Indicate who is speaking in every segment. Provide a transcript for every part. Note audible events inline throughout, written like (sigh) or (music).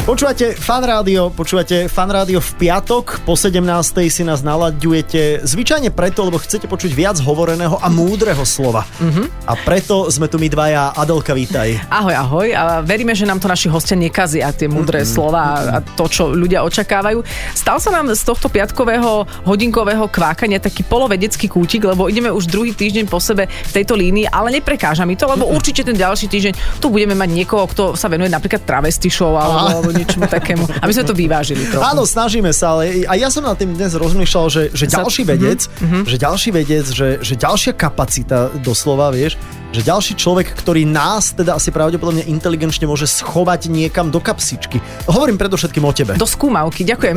Speaker 1: Počúvate Fan Rádio, počúvate Fan Rádio v piatok, po 17. si nás nalaďujete zvyčajne preto, lebo chcete počuť viac hovoreného a múdreho slova.
Speaker 2: Mhm.
Speaker 1: Mm-hmm. A preto sme tu my dvaja. Adelka, vítaj.
Speaker 2: Ahoj, ahoj. A veríme, že nám to naši hostia nekazia tie múdre mm-hmm. slova a- a to, čo ľudia očakávajú. Stal sa nám z tohto piatkového hodinkového kvákania taký polovedecký kútik, lebo ideme už druhý týždeň po sebe v tejto línii, ale neprekáža mi to, lebo určite ten ďalší týždeň tu budeme mať niekoho, kto sa venuje napríklad travestišov alebo,
Speaker 1: Á.
Speaker 2: alebo niečomu takému, aby sme to vyvážili trochu.
Speaker 1: Áno, snažíme sa, ale a ja som nad tým dnes rozmýšľal, že, že
Speaker 2: Sa- Mhm,
Speaker 1: ďalší vedec, mm-hmm. že ďalší vedec, že, že ďalšia kapacita doslova, vieš, že ďalší človek, ktorý nás teda asi pravdepodobne inteligenčne môže schovať niekam do kapsičky. Hovorím predovšetkým o tebe.
Speaker 2: Do skúmavky,
Speaker 1: (laughs)
Speaker 2: ďakujem.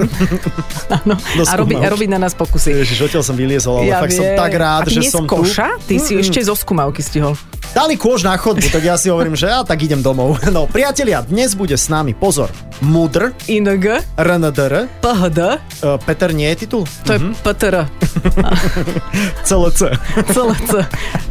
Speaker 2: Áno.
Speaker 1: Do
Speaker 2: A robí, a
Speaker 1: skúmavky.
Speaker 2: robí na nás pokusy.
Speaker 1: Ježiš, odtiaľ som vyliezol, ale ja fakt som
Speaker 2: viem.
Speaker 1: tak rád,
Speaker 2: a ty
Speaker 1: že
Speaker 2: nie z
Speaker 1: som
Speaker 2: koša?
Speaker 1: tu.
Speaker 2: Ty si ešte zo skúmavky stihol.
Speaker 1: Dali kôž na chodbu, tak ja si hovorím, že ja tak idem domov. (laughs) No, priatelia, dnes bude s nami, pozor, Mudr,
Speaker 2: ING,
Speaker 1: RNDR,
Speaker 2: PHD,
Speaker 1: eh, e, Peter nie je titul,
Speaker 2: to je PTR.
Speaker 1: CLC.
Speaker 2: (laughs) celé C,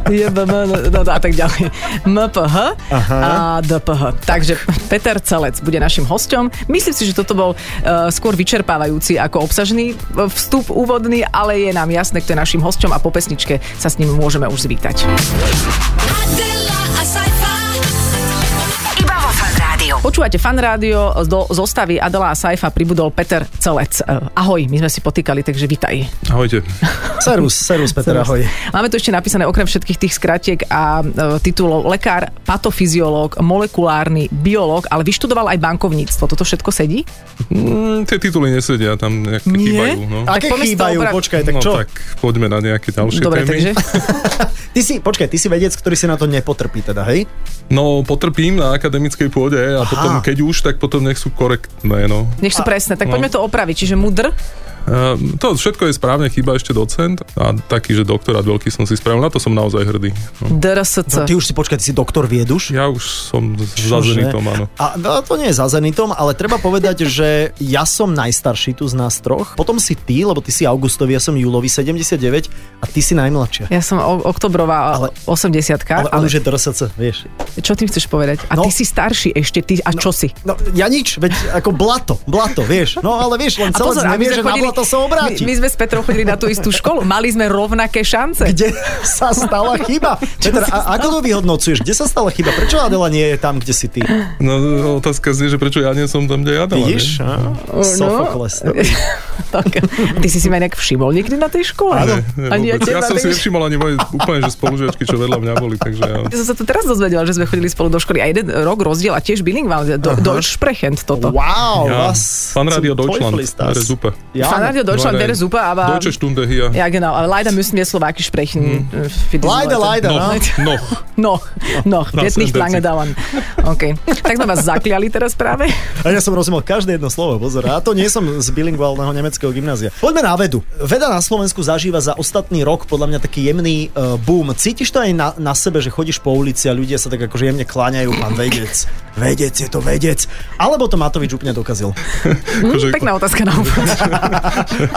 Speaker 2: JBM, no, no, a tak ďalej. MPH
Speaker 1: Aha.
Speaker 2: a DPH. Takže Peter Celec bude našim hosťom. Myslím si, že toto bol uh, skôr vyčerpávajúci ako obsažný eh, vstup úvodný, ale je nám jasné, kto je našim hosťom a po pesničke sa s ním môžeme už zvítať.
Speaker 3: Adela, a Saifa.
Speaker 4: Iba vo Fan Rádiu.
Speaker 2: Počúvate fan rádio, do zostavy Adela a Saifa pribudol Peter Celec. Eh, Ahoj, my sme si potýkali, takže vitaj.
Speaker 5: Ahojte.
Speaker 1: Servus, servus Peter,
Speaker 2: Teraz.
Speaker 5: Mhm.
Speaker 1: ahoj.
Speaker 2: Máme tu ešte napísané okrem všetkých tých skratiek a e, titulov lekár, patofyziológ, molekulárny biológ, ale vyštudoval aj bankovníctvo. Toto všetko sedí?
Speaker 5: Mm, tie tituly nesedia, tam nejaké
Speaker 2: Nie?
Speaker 5: chýbajú. No.
Speaker 2: A-
Speaker 1: Aké
Speaker 2: poďme si to
Speaker 1: chýbajú,
Speaker 2: opraviť.
Speaker 1: počkaj, tak
Speaker 5: no
Speaker 1: čo?
Speaker 5: tak poďme na nejaké ďalšie
Speaker 2: Dobre,
Speaker 5: témy.
Speaker 2: takže
Speaker 1: Ty si, počkaj, ty si vedec, ktorý si na to nepotrpí teda, hej?
Speaker 5: No potrpím na akademickej pôde a Aha. potom, keď už, tak potom nech sú korektné. No.
Speaker 2: nech
Speaker 5: (laughs)
Speaker 2: sú presné. Tak
Speaker 5: no.
Speaker 2: poďme to opraviť. Čiže mudr,
Speaker 5: Ehm, to všetko je správne, chýba ešte docent a taký, že doktorát veľký som si spravil, na to som naozaj hrdý.
Speaker 1: No,
Speaker 5: No.
Speaker 2: drsc.
Speaker 1: ty už si, počkaj, ty si doktor vieduš?
Speaker 5: Ja už som za
Speaker 1: Čože?
Speaker 5: zenitom, áno.
Speaker 1: A no, to nie je za Zenitom, ale treba povedať, že ja som najstarší tu z nás troch, potom si ty, lebo ty si Augustový, ja som Julovi 79 a ty si najmladšia.
Speaker 2: Ja som o- oktobrová
Speaker 1: Ale-
Speaker 2: ale, 80
Speaker 1: Ale,
Speaker 2: ale,
Speaker 1: ale už je drsace, vieš.
Speaker 2: čo tým chceš povedať? A
Speaker 1: No.
Speaker 2: ty si starší ešte, ty a čo si?
Speaker 1: No, ja nič, veď ako blato, blato, vieš. No, ale vieš, len
Speaker 2: A
Speaker 1: celé
Speaker 2: my
Speaker 1: znamie,
Speaker 2: sme
Speaker 1: že na
Speaker 2: chodili-
Speaker 1: blato sa obráti.
Speaker 2: My, my sme s Petrom chodili na tú istú školu, mali sme rovnaké šance.
Speaker 1: Kde sa stala chyba? Peter, a ako to vyhodnocuješ? Kde sa stala chyba? Prečo Adela nie je tam, kde si ty?
Speaker 5: No otázka znie, že prečo ja nie som tam, kde ja dala,
Speaker 1: Vidíš?
Speaker 5: nie?
Speaker 1: Á,
Speaker 2: No.
Speaker 1: Sofokles.
Speaker 2: (laughs) tak, ty si si ma nejak všimol niekdy na tej škole?
Speaker 5: Nie, nie,
Speaker 2: Ani ja
Speaker 5: vôbec. ja
Speaker 2: teba,
Speaker 5: som si
Speaker 2: takže-
Speaker 5: nevšimol ani moje úplne, že spolužiačky, čo vedľa mňa boli, takže ja...
Speaker 2: Ja som sa to teraz dozvedela, že sme chodili spolu do školy a jeden rok rozdiel a tiež bilingvál, do, Deutsch sprechend toto.
Speaker 1: Wow,
Speaker 5: Ja,
Speaker 1: was
Speaker 5: Fan Radio
Speaker 1: zum
Speaker 5: Deutschland,
Speaker 1: Teufel ist das?
Speaker 5: wäre super.
Speaker 1: Ja,
Speaker 2: Fanradio Deutschland
Speaker 5: Nein,
Speaker 2: wäre super, aber...
Speaker 5: Deutsche Stunde hier.
Speaker 2: Ja, genau. Aber leider müssen wir Slowakisch sprechen. äh, für
Speaker 1: Hm.
Speaker 2: diese
Speaker 1: Leider,
Speaker 2: Leute.
Speaker 1: leider.
Speaker 5: Noch,
Speaker 1: ne?
Speaker 2: (laughs)
Speaker 5: noch.
Speaker 2: Noch, noch.
Speaker 5: Das
Speaker 2: Wird nicht
Speaker 5: ändert
Speaker 2: lange
Speaker 5: sich.
Speaker 2: dauern. Okay. Tak sme vás zakliali teraz práve.
Speaker 1: A ja som rozumel každé jedno slovo, pozor. A to nie som z bilingválneho nemeckého gymnázia. Poďme na vedu. Veda na Slovensku zažíva za ostatný rok podľa mňa taký jemný uh, boom. Cítiš to aj na, na sebe, že chodíš po ulici a ľudia sa tak akože jemne kláňajú, pán vedec. Vedec, je to vedec. Alebo to Matovič úplne dokazil.
Speaker 5: Akože-
Speaker 2: Hm, pekná otázka na úvod.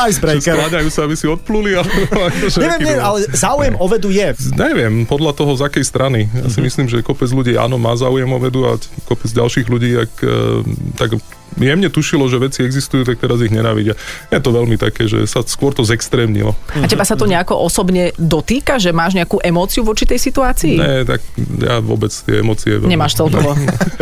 Speaker 1: Icebreaker.
Speaker 5: Skláňajú sa, aby si odpluli. Ale, (laughs) akože
Speaker 1: Neviem,
Speaker 5: aký
Speaker 1: neviem,
Speaker 5: bol.
Speaker 1: ale záujem o vedu je.
Speaker 5: Neviem, podľa toho, z akej strany. Ja
Speaker 1: Mhm.
Speaker 5: si myslím, že kopec ľudí áno, má záujem o vedu a t- kopec ďalších ľudí, ak, e, tak jemne tušilo, že veci existujú, tak teraz ich nenávidia. Je to veľmi také, že sa skôr to zextrémnilo.
Speaker 2: A teba sa to nejako osobne dotýka, že máš nejakú emóciu v určitej
Speaker 1: Hm.
Speaker 2: situácii?
Speaker 5: Ne, tak ja vôbec tie emócie... veľmi-
Speaker 2: Nemáš celkovo.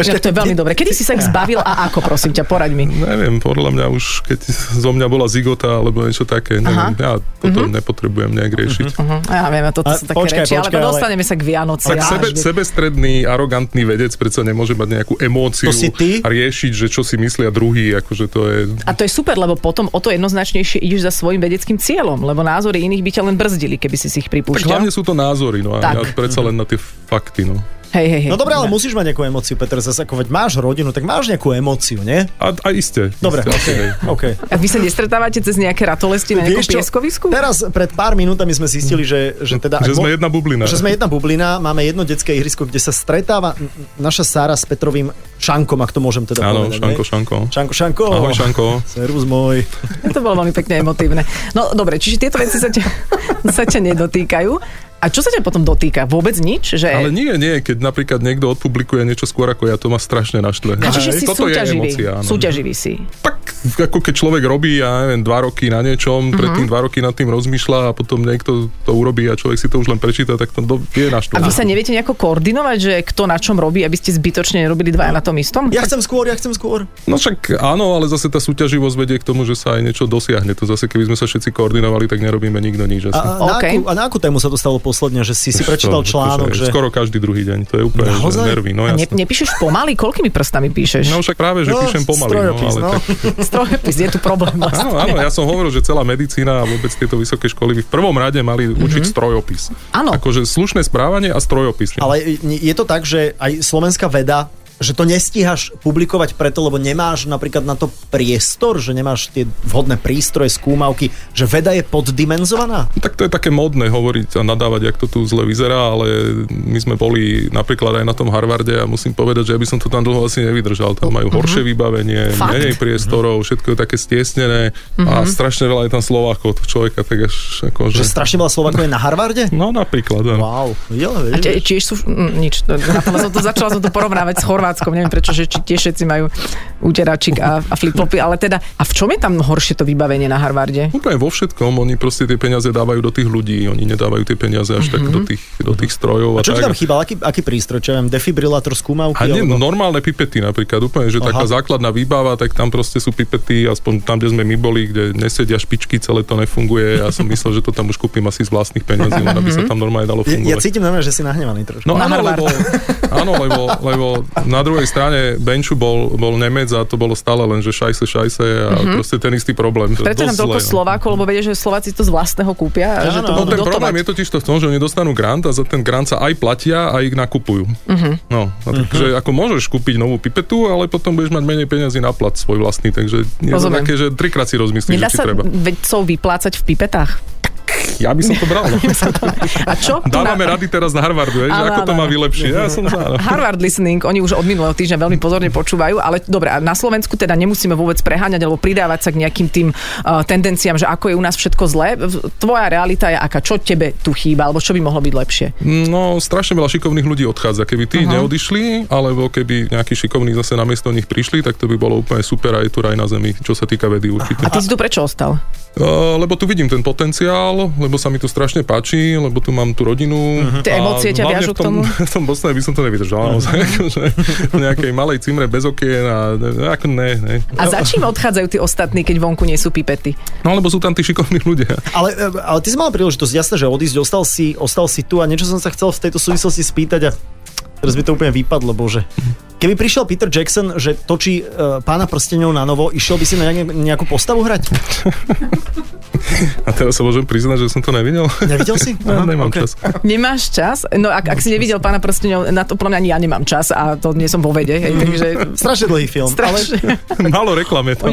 Speaker 2: Ja, to je veľmi dobre. Kedy si sa ich zbavil a ako, prosím ťa, poraď mi.
Speaker 5: Neviem, podľa mňa už, keď zo mňa bola zigota alebo niečo také, neviem, ja potom
Speaker 1: Mhm.
Speaker 5: nepotrebujem nejak riešiť.
Speaker 2: Hm, Ja viem, toto
Speaker 1: A
Speaker 2: sú také
Speaker 1: počkaj,
Speaker 2: reči,
Speaker 1: počkaj, ale-
Speaker 2: ale dostaneme sa k Vianoci.
Speaker 5: Tak
Speaker 2: a
Speaker 5: sebe,
Speaker 2: až-
Speaker 5: sebestredný, arogantný vedec predsa nemôže mať nejakú emóciu
Speaker 1: To si ty?
Speaker 5: a riešiť, že čo si myslia druhý, akože to je...
Speaker 2: A to je super, lebo potom o to jednoznačnejšie ideš za svojim vedeckým cieľom, lebo názory iných by ťa len brzdili, keby si si ich
Speaker 5: Tak
Speaker 2: pripúšťal.
Speaker 5: hlavne sú to názory, no a
Speaker 2: Tak.
Speaker 5: ja predsa
Speaker 1: Mhm.
Speaker 5: len na tie fakty, no.
Speaker 2: Hej, hej, hej.
Speaker 1: No dobre, ale musíš mať nejakú emóciu, Peter, zase ako veď máš rodinu, tak máš nejakú emóciu, nie?
Speaker 5: A, a iste.
Speaker 1: Dobre,
Speaker 5: iste, asi
Speaker 1: okay, (laughs)
Speaker 5: hej.
Speaker 1: okay.
Speaker 2: A vy sa nestretávate cez nejaké ratolesti na nejakom
Speaker 1: Vieš čo,
Speaker 2: pieskovisku?
Speaker 1: Teraz pred pár minútami sme zistili, že, že teda... ak
Speaker 5: Že sme
Speaker 1: mo-
Speaker 5: jedna bublina.
Speaker 1: Že sme jedna bublina, máme jedno detské ihrisko, kde sa stretáva n- naša Sára s Petrovým Šankom, ak to môžem teda
Speaker 5: Áno,
Speaker 1: povedať.
Speaker 5: Šanko,
Speaker 1: ne?
Speaker 5: Šanko.
Speaker 1: Šanko, Šanko.
Speaker 5: Ahoj, Šanko.
Speaker 1: Servus môj.
Speaker 2: (laughs) To bolo veľmi pekne emotívne. No dobre, čiže tieto veci sa ťa, sa ťa nedotýkajú. A A čo sa ťa potom dotýka? Vôbec nič? Že...
Speaker 5: Ale nie, nie, keď napríklad niekto odpublikuje niečo skôr ako ja, to ma strašne
Speaker 2: A
Speaker 5: naštve.
Speaker 1: Akože
Speaker 2: čiže
Speaker 5: Hej.
Speaker 2: si
Speaker 5: Toto je no.
Speaker 2: súťaživý.
Speaker 5: emócia, áno.
Speaker 2: súťaživý si.
Speaker 5: Tak ako keď človek robí, ja neviem, dva roky na niečom,
Speaker 2: Mhm.
Speaker 5: uh-huh. predtým dva roky nad tým rozmýšľa a potom niekto to urobí a človek si to už len prečíta, tak to do, je
Speaker 2: A
Speaker 5: naštve.
Speaker 2: vy sa neviete nejako koordinovať, že kto na čom robí, aby ste zbytočne nerobili dvaja na tom istom?
Speaker 1: Ja chcem skôr, ja chcem skôr.
Speaker 5: No však áno, ale zase tá súťaživosť vedie k tomu, že sa aj niečo dosiahne. To zase keby sme sa všetci koordinovali, tak nerobíme nikto
Speaker 1: A,
Speaker 5: nič.
Speaker 1: a,
Speaker 5: Asi.
Speaker 1: na,
Speaker 2: OK.
Speaker 1: akú, a na akú tému sa to stalo posledne, že si si
Speaker 5: Už
Speaker 1: prečítal
Speaker 5: to,
Speaker 1: článok,
Speaker 5: akože
Speaker 1: že...
Speaker 5: Skoro každý druhý deň, to je úplne že
Speaker 1: Naozaj?
Speaker 5: nervy, no
Speaker 2: A ne,
Speaker 5: jasné.
Speaker 2: nepíšeš pomaly? Koľkými prstami píšeš? (laughs)
Speaker 5: No však práve, že
Speaker 1: No,
Speaker 5: píšem pomaly. No,
Speaker 1: strojopis,
Speaker 5: ale
Speaker 1: no.
Speaker 5: Tak,
Speaker 2: Strojopis, je tu
Speaker 5: (laughs)
Speaker 2: problém. vlastne.
Speaker 5: áno, áno, ja som hovoril, že celá medicína a vôbec tieto vysoké školy by v prvom rade mali učiť strojopis.
Speaker 2: Mhm. Áno.
Speaker 5: Akože slušné správanie a strojopis.
Speaker 1: Ale je to tak, že aj slovenská veda že to nestíhaš publikovať preto, lebo nemáš napríklad na to priestor, že nemáš tie vhodné prístroje, skúmavky, že veda je poddimenzovaná?
Speaker 5: Tak to je také modné hovoriť a nadávať, jak to tu zle vyzerá, ale my sme boli napríklad aj na tom Harvarde a musím povedať, že ja by som to tam dlho asi nevydržal. Tam
Speaker 1: Mhm.
Speaker 5: majú horšie vybavenie,
Speaker 2: Fakt?
Speaker 5: menej priestorov, všetko je také stiesnené a strašne veľa je tam Slovákov, to človeka tak až akože...
Speaker 1: Mhm. Že strašne veľa Slovákov je na Harvarde?
Speaker 5: No napríklad, áno.
Speaker 1: Wow, videl,
Speaker 2: A
Speaker 1: vieš?
Speaker 2: tie- tiež sú... mm, Nič, to- napadla som to, začala som to porovnávať s Chorvátskom, neviem prečo, že či tie všetci majú úteračik a, a flip-flopy, ale teda, a v čom je tam horšie to vybavenie na Harvarde?
Speaker 5: Úplne vo všetkom, oni proste tie peniaze dávajú do tých ľudí, oni nedávajú tie peniaze až tak do tých, do tých strojov. A,
Speaker 1: Mhm. Čo ti
Speaker 5: tak. no.
Speaker 1: tam chýbal? Aký, aký prístroj? Čo ja viem, defibrilátor, skúmavky?
Speaker 5: A nie,
Speaker 1: alebo-
Speaker 5: normálne pipety napríklad, úplne, že
Speaker 1: Aha.
Speaker 5: Aha. taká základná výbava, tak tam proste sú pipety, aspoň tam, kde sme my boli, kde nesedia špičky, celé to nefunguje. Ja som myslel, že to tam už kúpim asi z vlastných peniazí, len aby sa tam normálne dalo
Speaker 1: Ja, ja
Speaker 5: fungovať.
Speaker 1: cítim na mňa, že si nahnevaný trošku.
Speaker 5: No
Speaker 2: Na
Speaker 5: áno,
Speaker 2: Harvard.
Speaker 5: lebo, (laughs) áno lebo, lebo, na druhej strane Benču bol, bol Nemec a to bolo stále len, že šajse, šajse a proste ten istý problém. To je
Speaker 2: Preto je tam
Speaker 5: dosť
Speaker 2: toľko
Speaker 5: zlé, no.
Speaker 2: Slovákov, lebo vedia, že Slováci to z vlastného kúpia a že to
Speaker 1: Áno.
Speaker 5: No
Speaker 2: budú
Speaker 5: ten problém je
Speaker 2: dotovať.
Speaker 5: totiž to v tom, že oni dostanú grant a za ten grant sa aj platia a ich nakupujú.
Speaker 2: Mhm.
Speaker 5: Uh-huh. No, a takže uh-huh. ako môžeš kúpiť novú pipetu, ale potom budeš mať menej peniazy na plat svoj vlastný, takže je to
Speaker 2: Rozumiem.
Speaker 5: také, že trikrát si rozmyslíš,
Speaker 2: Nedá
Speaker 5: že či
Speaker 2: sa
Speaker 5: treba.
Speaker 2: vedcov vyplácať v
Speaker 5: (laughs)
Speaker 2: pipetách?
Speaker 5: Ja by som to
Speaker 2: (laughs)
Speaker 5: bral. no.
Speaker 2: A čo? tu
Speaker 5: Dávame rady teraz na Harvardu, je, že
Speaker 2: Áno,
Speaker 5: ako to
Speaker 2: áno.
Speaker 5: má vylepšiť. Ja som za. no.
Speaker 2: Harvard listening, oni už od minulého týždňa veľmi pozorne počúvajú, ale dobre, a na Slovensku teda nemusíme vôbec preháňať alebo pridávať sa k nejakým tým uh, tendenciám, že ako je u nás všetko zlé. V- Tvoja realita je aká, čo tebe tu chýba, alebo čo by mohlo byť lepšie.
Speaker 5: No, strašne veľa šikovných ľudí odchádza. Keby tí uh-huh. neodišli, alebo keby nejakí šikovní zase namiesto nich prišli, tak to by bolo úplne super aj tu, aj na zemi, čo sa týka vedy určite.
Speaker 2: A ty si tu prečo ostal?
Speaker 5: Uh, lebo tu vidím ten potenciál, lebo sa mi tu strašne páči, lebo tu mám tú rodinu.
Speaker 2: Mhm.
Speaker 5: Uh-huh.
Speaker 2: Tie emócie ťa viažu
Speaker 5: v
Speaker 2: k tomu?
Speaker 5: tom, (laughs)
Speaker 2: Mhm.
Speaker 5: V tom Bosne by som to nevydržal, naozaj. akože v nejakej malej cimre bez okien a ne- ako ne, ne.
Speaker 2: A za čím odchádzajú tí ostatní, keď vonku nie sú pipety?
Speaker 5: No lebo sú tam tí šikovní ľudia.
Speaker 1: Ale, e, ale ty si mal príležitosť, jasné, že odísť, ostal si, ostal si tu a niečo som sa chcel v tejto súvislosti spýtať a teraz by to úplne vypadlo, bože. Keby prišiel Peter Jackson, že točí uh, pána prstenov na novo, išiel by si na nejak, nejakú postavu hrať?
Speaker 5: A teraz sa môžem priznať, že som to nevidel.
Speaker 1: Nevidel si?
Speaker 5: (laughs) Aha, Nemám
Speaker 1: ok.
Speaker 5: okay. čas.
Speaker 2: Nemáš čas? No ak, ak si nevidel pána prstenov, na to podľa mňa ani ja nemám čas a to nie som vo vede, hej, takže...
Speaker 1: Strašne dlhý film, ale
Speaker 2: Strašne.
Speaker 5: Málo reklam je tam.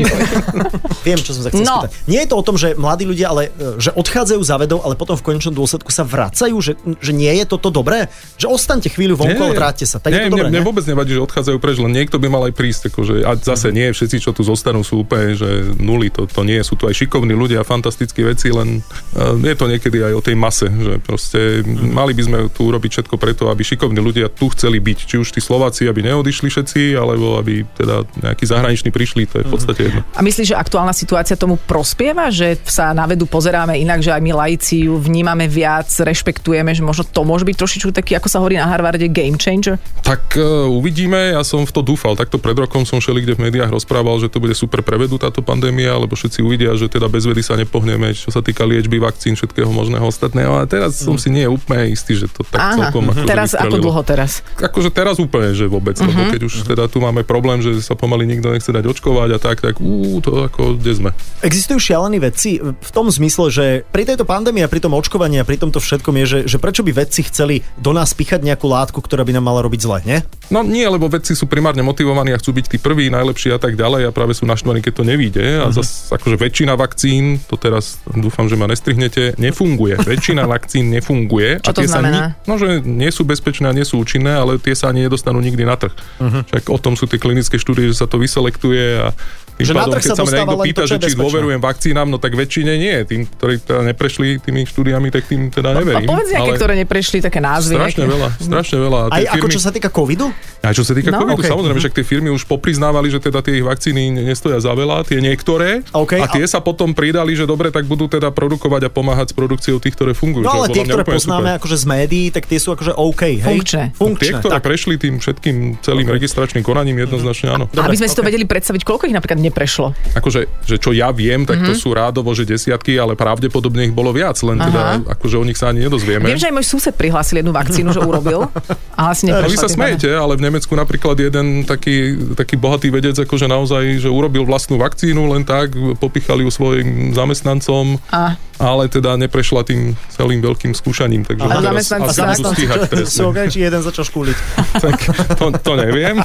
Speaker 1: viem, čo som sa chcel
Speaker 2: No.
Speaker 1: no. spýtať. Nie je to o tom, že mladí ľudia, ale e, že odchádzajú za vedou, ale potom v konečnom dôsledku sa vracajú, že, že nie je toto dobré? Že ostaňte chvíľu vonku, ale vráťte sa. Tak
Speaker 5: nie,
Speaker 1: je to dobré,
Speaker 5: mne,
Speaker 1: ne?
Speaker 5: mne vôbec nevadí, že odchádzajú preč, len niekto by mal aj prísť. Akože, a
Speaker 1: Mhm.
Speaker 5: zase nie, všetci, čo tu zostanú, sú úplne že nuly. To, to nie, sú tu aj šikovní ľudia, fantastické veci, len uh, je to niekedy aj o tej mase. Že proste
Speaker 1: Mhm.
Speaker 5: mali by sme tu urobiť všetko preto, aby šikovní ľudia tu chceli byť. Či už tí Slováci, aby neodišli všetci, alebo aby teda nejakí zahraniční prišli, to je
Speaker 1: Mhm.
Speaker 5: v podstate jedno.
Speaker 2: A myslíš, že aktuálna situácia tomu prospieva, že sa na vedu pozeráme inak, že aj my laici ju vnímame viac, rešpektujeme, že možno to môže byť trošičku taký, ako sa hovorí na Harvarde, game changer?
Speaker 5: Tak uh, uvidíme, ja som v to dúfal. Takto pred rokom som šeli kde v médiách rozprával, že to bude super prevedú táto pandémia, lebo všetci uvidia, že teda bez vedy sa nepohneme, čo sa týka liečby, vakcín, všetkého možného ostatného. A teraz som si nie úplne istý, že to tak
Speaker 2: Aha,
Speaker 5: celkom... akože
Speaker 2: teraz ako
Speaker 5: vystrelilo.
Speaker 2: dlho Mhm. teraz?
Speaker 5: Akože teraz úplne, že vôbec, uh-huh. lebo keď už teda tu máme problém, že sa pomaly nikto nechce dať očkovať a tak, tak ú, to ako, kde sme?
Speaker 1: Existujú šialené veci e, v tom zmysle, že pri tejto pandémii a pri tom očkovaní a pri tomto všetkom je, že, že prečo by vedci chceli do nás pichať nejakú látku, ktorá by nám mala robiť zle, nie?
Speaker 5: No nie, lebo vedci sú primárne motivovaní a chcú byť tí prví, najlepší a tak ďalej a práve sú naštvaní, keď to nevíde.
Speaker 1: Mhm.
Speaker 5: A zase akože väčšina vakcín, to teraz dúfam, že ma nestrihnete, nefunguje.
Speaker 1: (laughs)
Speaker 5: Väčšina vakcín nefunguje.
Speaker 2: Čo to
Speaker 5: tie
Speaker 2: znamená?
Speaker 5: Sa ni- no, že nie sú bezpečné a nie sú účinné,
Speaker 1: Mhm.
Speaker 5: ale tie sa ani nedostanú nikdy na trh. Však o tom sú tie klinické štúdie, že sa to vyselektuje a Tým
Speaker 1: Že na
Speaker 5: pádom,
Speaker 1: trh
Speaker 5: keď
Speaker 1: sa
Speaker 5: sa ma
Speaker 1: dostáva
Speaker 5: niekto
Speaker 1: len to,
Speaker 5: pýta,
Speaker 1: čo
Speaker 5: že
Speaker 1: je
Speaker 5: či
Speaker 1: bezpečné.
Speaker 5: dôverujem vakcínám, no tak väčšine nie. Tým, ktorí teda neprešli tými štúdiami, tak tým
Speaker 1: No,
Speaker 5: teda
Speaker 2: A
Speaker 5: neverím.
Speaker 2: povedz nejaké, ktoré neprešli, také názvy.
Speaker 5: Strašne
Speaker 2: nejaké.
Speaker 5: veľa, strašne veľa. A tie
Speaker 1: Aj ako čo sa týka covidu?
Speaker 5: a čo sa týka
Speaker 2: No,
Speaker 5: no, covidu,
Speaker 1: okay.
Speaker 5: okay. samozrejme, však tie firmy už popriznávali, že teda tie ich vakcíny ne- nestoja za veľa, tie niektoré.
Speaker 1: Okay,
Speaker 5: a tie sa potom pridali, že dobre, tak budú teda produkovať a pomáhať s produkciou tých, ktoré fungujú.
Speaker 1: No
Speaker 5: čo je
Speaker 1: ale
Speaker 5: podľa
Speaker 1: tie,
Speaker 5: mňa
Speaker 1: ktoré
Speaker 5: úplne
Speaker 1: poznáme
Speaker 5: super. No,
Speaker 1: akože z médií, tak tie sú akože OK, hej?
Speaker 2: Funkčné.
Speaker 5: Tie,
Speaker 1: Funkčné,
Speaker 5: ktoré
Speaker 1: tak.
Speaker 5: prešli tým všetkým celým registračným konaním, jednoznačne áno.
Speaker 2: A Aby sme si to vedeli predstaviť, koľko ich napríklad neprešlo.
Speaker 5: Akože, že čo ja viem, tak
Speaker 2: Mhm.
Speaker 5: to sú rádovo, že desiatky, ale pravdepodobne ich bolo viac, len teda akože o nich sa ani nedozvieme.
Speaker 2: Viem, že aj môj sused prihlásil jednu vakcínu, že urobil. A asi neprešla.
Speaker 5: No vy sa
Speaker 2: tým
Speaker 5: smejete, ale v Nemecku napríklad jeden taký, taký bohatý vedec, akože naozaj, že urobil vlastnú vakcínu len tak, popichali ju svojim zamestnancom,
Speaker 2: A.
Speaker 5: ale teda neprešla tým celým veľkým skúšaním, takže
Speaker 2: Ale
Speaker 5: ho teraz
Speaker 2: zamestnanci
Speaker 5: asi
Speaker 2: sa
Speaker 5: budú
Speaker 2: nakonec-
Speaker 5: stíhať trestne.
Speaker 1: (laughs) Sú OK, či jeden začal škúliť.
Speaker 5: tak, to, to neviem,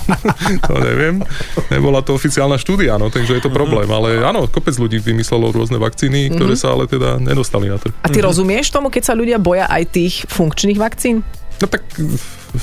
Speaker 5: to neviem. Nebola to oficiálna štúdia, no, takže je to problém, ale áno, kopec ľudí vymyslelo rôzne
Speaker 2: Mhm.
Speaker 5: vakcíny, ktoré sa ale teda nedostali na trh.
Speaker 2: A ty rozumieš tomu, keď sa ľudia boja aj tých funkčných vakcín?
Speaker 5: No tak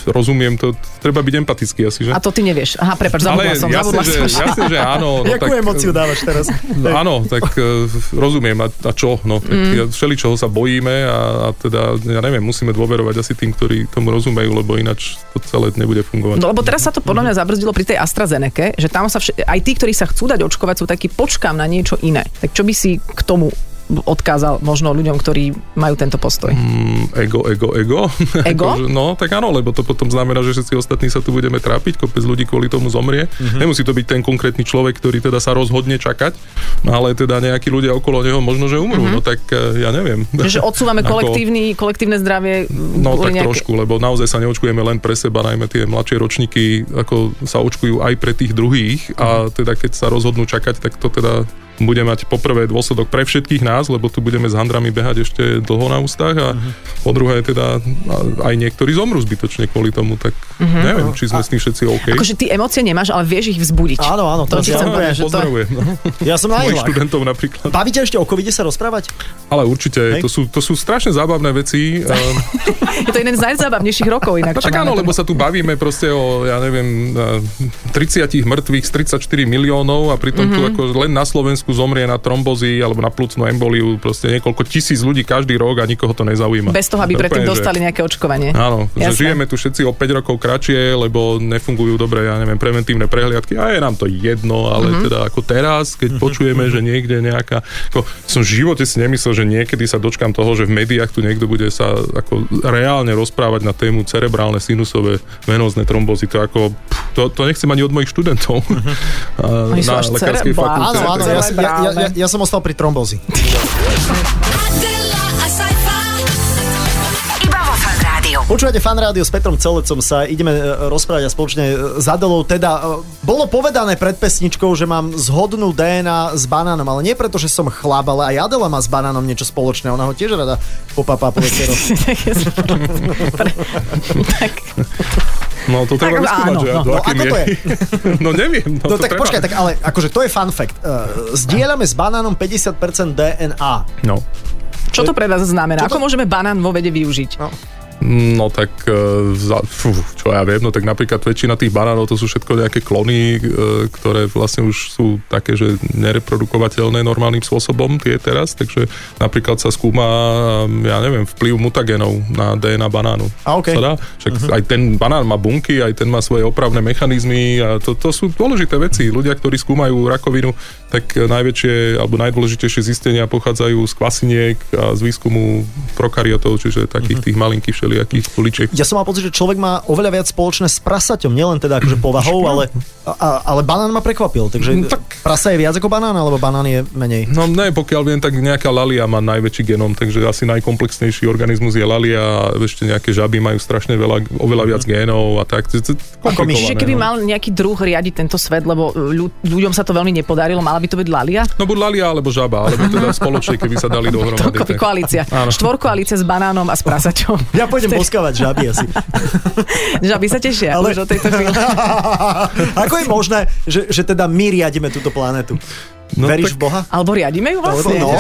Speaker 5: rozumiem to, treba byť empatický asi, že?
Speaker 2: A to ty nevieš. Aha, prepáč,
Speaker 5: ale
Speaker 2: zabudla som.
Speaker 5: jasne,
Speaker 2: Zabudla
Speaker 5: že,
Speaker 2: som.
Speaker 5: jasne, že
Speaker 2: (laughs)
Speaker 5: áno.
Speaker 1: Jakú
Speaker 5: No, tak,
Speaker 1: emociu dávaš teraz?
Speaker 5: No, áno, tak e, rozumiem. A, a čo? No, tak
Speaker 2: Mm.
Speaker 5: ja, všeličoho sa bojíme a, a teda, ja neviem, musíme dôverovať asi tým, ktorí tomu rozumejú, lebo ináč to celé nebude fungovať.
Speaker 2: No lebo teraz sa to podľa mňa zabrzdilo pri tej AstraZeneca, že tam sa vš- aj tí, ktorí sa chcú dať očkovať, sú takí počkám na niečo iné. Tak čo by si k tomu odkázal možno ľuďom, ktorí majú tento postoj?
Speaker 5: Mm, Ego, ego, ego.
Speaker 2: (laughs) Ego?
Speaker 5: Akože, no, tak áno, lebo to potom znamená, že všetci ostatní sa tu budeme trápiť, kopec ľudí kvôli tomu zomrie. Nemusí to byť ten konkrétny človek, ktorý teda sa rozhodne čakať, ale teda nejakí ľudia okolo neho možno, že umrú.
Speaker 2: Mhm.
Speaker 5: No tak e, ja neviem.
Speaker 2: Že odsúvame
Speaker 5: Ako-
Speaker 2: kolektívny, kolektívne zdravie mm,
Speaker 5: No tak
Speaker 2: kvôli
Speaker 5: nejaké... trošku, lebo naozaj sa neočkujeme len pre seba, najmä tie mladšie ročníky ako sa očkujú aj pre tých druhých a teda keď sa rozhodnú čakať, tak to teda bude mať poprvé dôsledok pre všetkých nás, lebo tu budeme s handrami behať ešte dlho na ústach a po druhé teda a- aj niektorí zomrú zbytočne kvôli tomu, tak neviem, či sme s tým všetci OK.
Speaker 2: Mhm. Akože ty emócie nemáš, ale vieš ich vzbudiť.
Speaker 1: Áno, áno,
Speaker 2: To
Speaker 1: to
Speaker 2: ti
Speaker 1: ja
Speaker 2: chcem
Speaker 1: áno,
Speaker 2: povedať, že to...
Speaker 5: Pozdravujem. No,
Speaker 1: Ja som na
Speaker 5: mojich
Speaker 1: ihlách.
Speaker 5: študentov napríklad.
Speaker 1: Bavíte ešte o covide sa rozprávať?
Speaker 5: Ale
Speaker 1: Hej.
Speaker 5: určite, to sú, to sú strašne zábavné
Speaker 2: (laughs)
Speaker 5: veci. ehm,
Speaker 2: Je to jeden z najzábavnejších rokov inak.
Speaker 5: No
Speaker 2: čo
Speaker 5: tak áno,
Speaker 2: máme.
Speaker 5: lebo sa tu bavíme proste o, ja neviem, eh, 30 mŕtvych z 34 miliónov a pritom
Speaker 2: Mhm.
Speaker 5: mm-hmm. tu ako len na Slovensku zomrie na trombozy alebo na plúcnu emboliu proste niekoľko tisíc ľudí každý rok a nikoho to nezaujíma.
Speaker 2: Bez toho, aby
Speaker 5: To je
Speaker 2: predtým
Speaker 5: úplne, že-
Speaker 2: dostali nejaké očkovanie.
Speaker 5: Áno,
Speaker 2: Jasné.
Speaker 5: že žijeme tu všetci o 5 rokov kratšie, lebo nefungujú dobre, ja neviem, preventívne prehliadky a je nám to jedno,
Speaker 2: Mhm.
Speaker 5: ale mm-hmm. teda ako teraz, keď počujeme, že niekde nejaká... Ako, som v živote si nemyslel, že niekedy sa dočkam toho, že v médiách tu niekto bude sa ako reálne rozprávať na tému cerebrálne sinusové venózne trombozy. To ako... pff, To, to nechcem ani od mojich študentov (laughs) A
Speaker 2: Mhm. Oni sú
Speaker 5: na
Speaker 2: až cerebrálne.
Speaker 5: lekárskej fakulte.
Speaker 1: Áno,
Speaker 2: Áno,
Speaker 1: áno,
Speaker 2: áno,
Speaker 1: ja, ja,
Speaker 2: áno.
Speaker 1: ja, ja, ja som ostal pri trombózi.
Speaker 3: Adela, a sci-fi.
Speaker 4: Iba vo Fan Rádiu.
Speaker 1: Počúvate fan rádio s Petrom Celecom sa ideme e, rozprávať a spoločne e, s Adelou. Teda e, bolo povedané pred pesničkou, že mám zhodnú DNA s banánom, ale nie preto, že som chlap, ale aj Adela má s banánom niečo spoločné. Ona ho tiež rada popapá po večeroch.
Speaker 2: Tak ja som- Pre- (laughs) tak.
Speaker 5: No to treba
Speaker 2: Tak,
Speaker 5: vyskúmať,
Speaker 2: áno,
Speaker 5: že
Speaker 2: no.
Speaker 5: do
Speaker 1: No,
Speaker 5: akej
Speaker 1: ako to
Speaker 5: miery. (laughs) No neviem. No,
Speaker 1: No
Speaker 5: to
Speaker 1: tak
Speaker 5: treba.
Speaker 1: počkaj, tak ale akože to je fun fact. Uh, zdieľame s banánom 50% DNA.
Speaker 5: No.
Speaker 2: Čo to pre nás znamená?
Speaker 1: Čo to-
Speaker 2: Ako môžeme banán vo vede využiť?
Speaker 5: No tak, e, za, fú, čo ja viem, no tak napríklad väčšina tých banánov to sú všetko nejaké klony, e, ktoré vlastne už sú také, že nereprodukovateľné normálnym spôsobom tie teraz, takže napríklad sa skúma, e, ja neviem, vplyv mutagenov na DNA banánu.
Speaker 1: A, okej.
Speaker 5: Sa dá? Však
Speaker 1: Mhm.
Speaker 5: uh-huh. aj ten banán má bunky, aj ten má svoje opravné mechanizmy a to, to sú dôležité veci. Ľudia, ktorí skúmajú rakovinu, tak e, najväčšie alebo najdôležitejšie zistenia pochádzajú z kvasiniek a z výskumu prokaryotov, čiže takých tých malinkých všelijakých kuličiek.
Speaker 1: Mhm. Ja som mal pocit, že človek má oveľa viac spoločné s prasaťom, nielen teda akože povahou, ale, a, a, ale banán ma prekvapil. Takže
Speaker 5: No tak-
Speaker 1: prasa je viac ako banán, alebo banán je menej.
Speaker 5: No ne, pokiaľ viem, tak nejaká lalia má najväčší genom, takže asi najkomplexnejší organizmus je lalia a ešte nejaké žaby majú strašne veľa, oveľa
Speaker 1: Mhm.
Speaker 5: viac génov a tak. To je- to je komplikované,
Speaker 2: Čiže keby
Speaker 5: no.
Speaker 2: mal nejaký druh riadiť tento svet, lebo e, ľu- ľuďom sa to veľmi nepodarilo, mala by to byť lalia?
Speaker 5: No buď lalia alebo žaba, alebo teda
Speaker 2: (laughs)
Speaker 5: spoločne, keby sa dali
Speaker 2: To
Speaker 5: dohromady.
Speaker 2: kopy
Speaker 5: tak.
Speaker 1: (laughs)
Speaker 2: koalícia.
Speaker 5: Áno.
Speaker 2: Štvorkoalícia s banánom a s prasaťom.
Speaker 1: Ja
Speaker 2: (laughs)
Speaker 1: pôjdem boskávať žaby (laughs) asi.
Speaker 2: Žaby sa tešia
Speaker 1: Ale- (laughs)
Speaker 2: ale... už o tejto chvíli.
Speaker 1: Ako je možné, že, že teda my riadime túto planetu?
Speaker 5: No
Speaker 1: Veríš
Speaker 5: tak-
Speaker 1: v Boha?
Speaker 2: Alebo riadíme ju vlastne.
Speaker 1: No,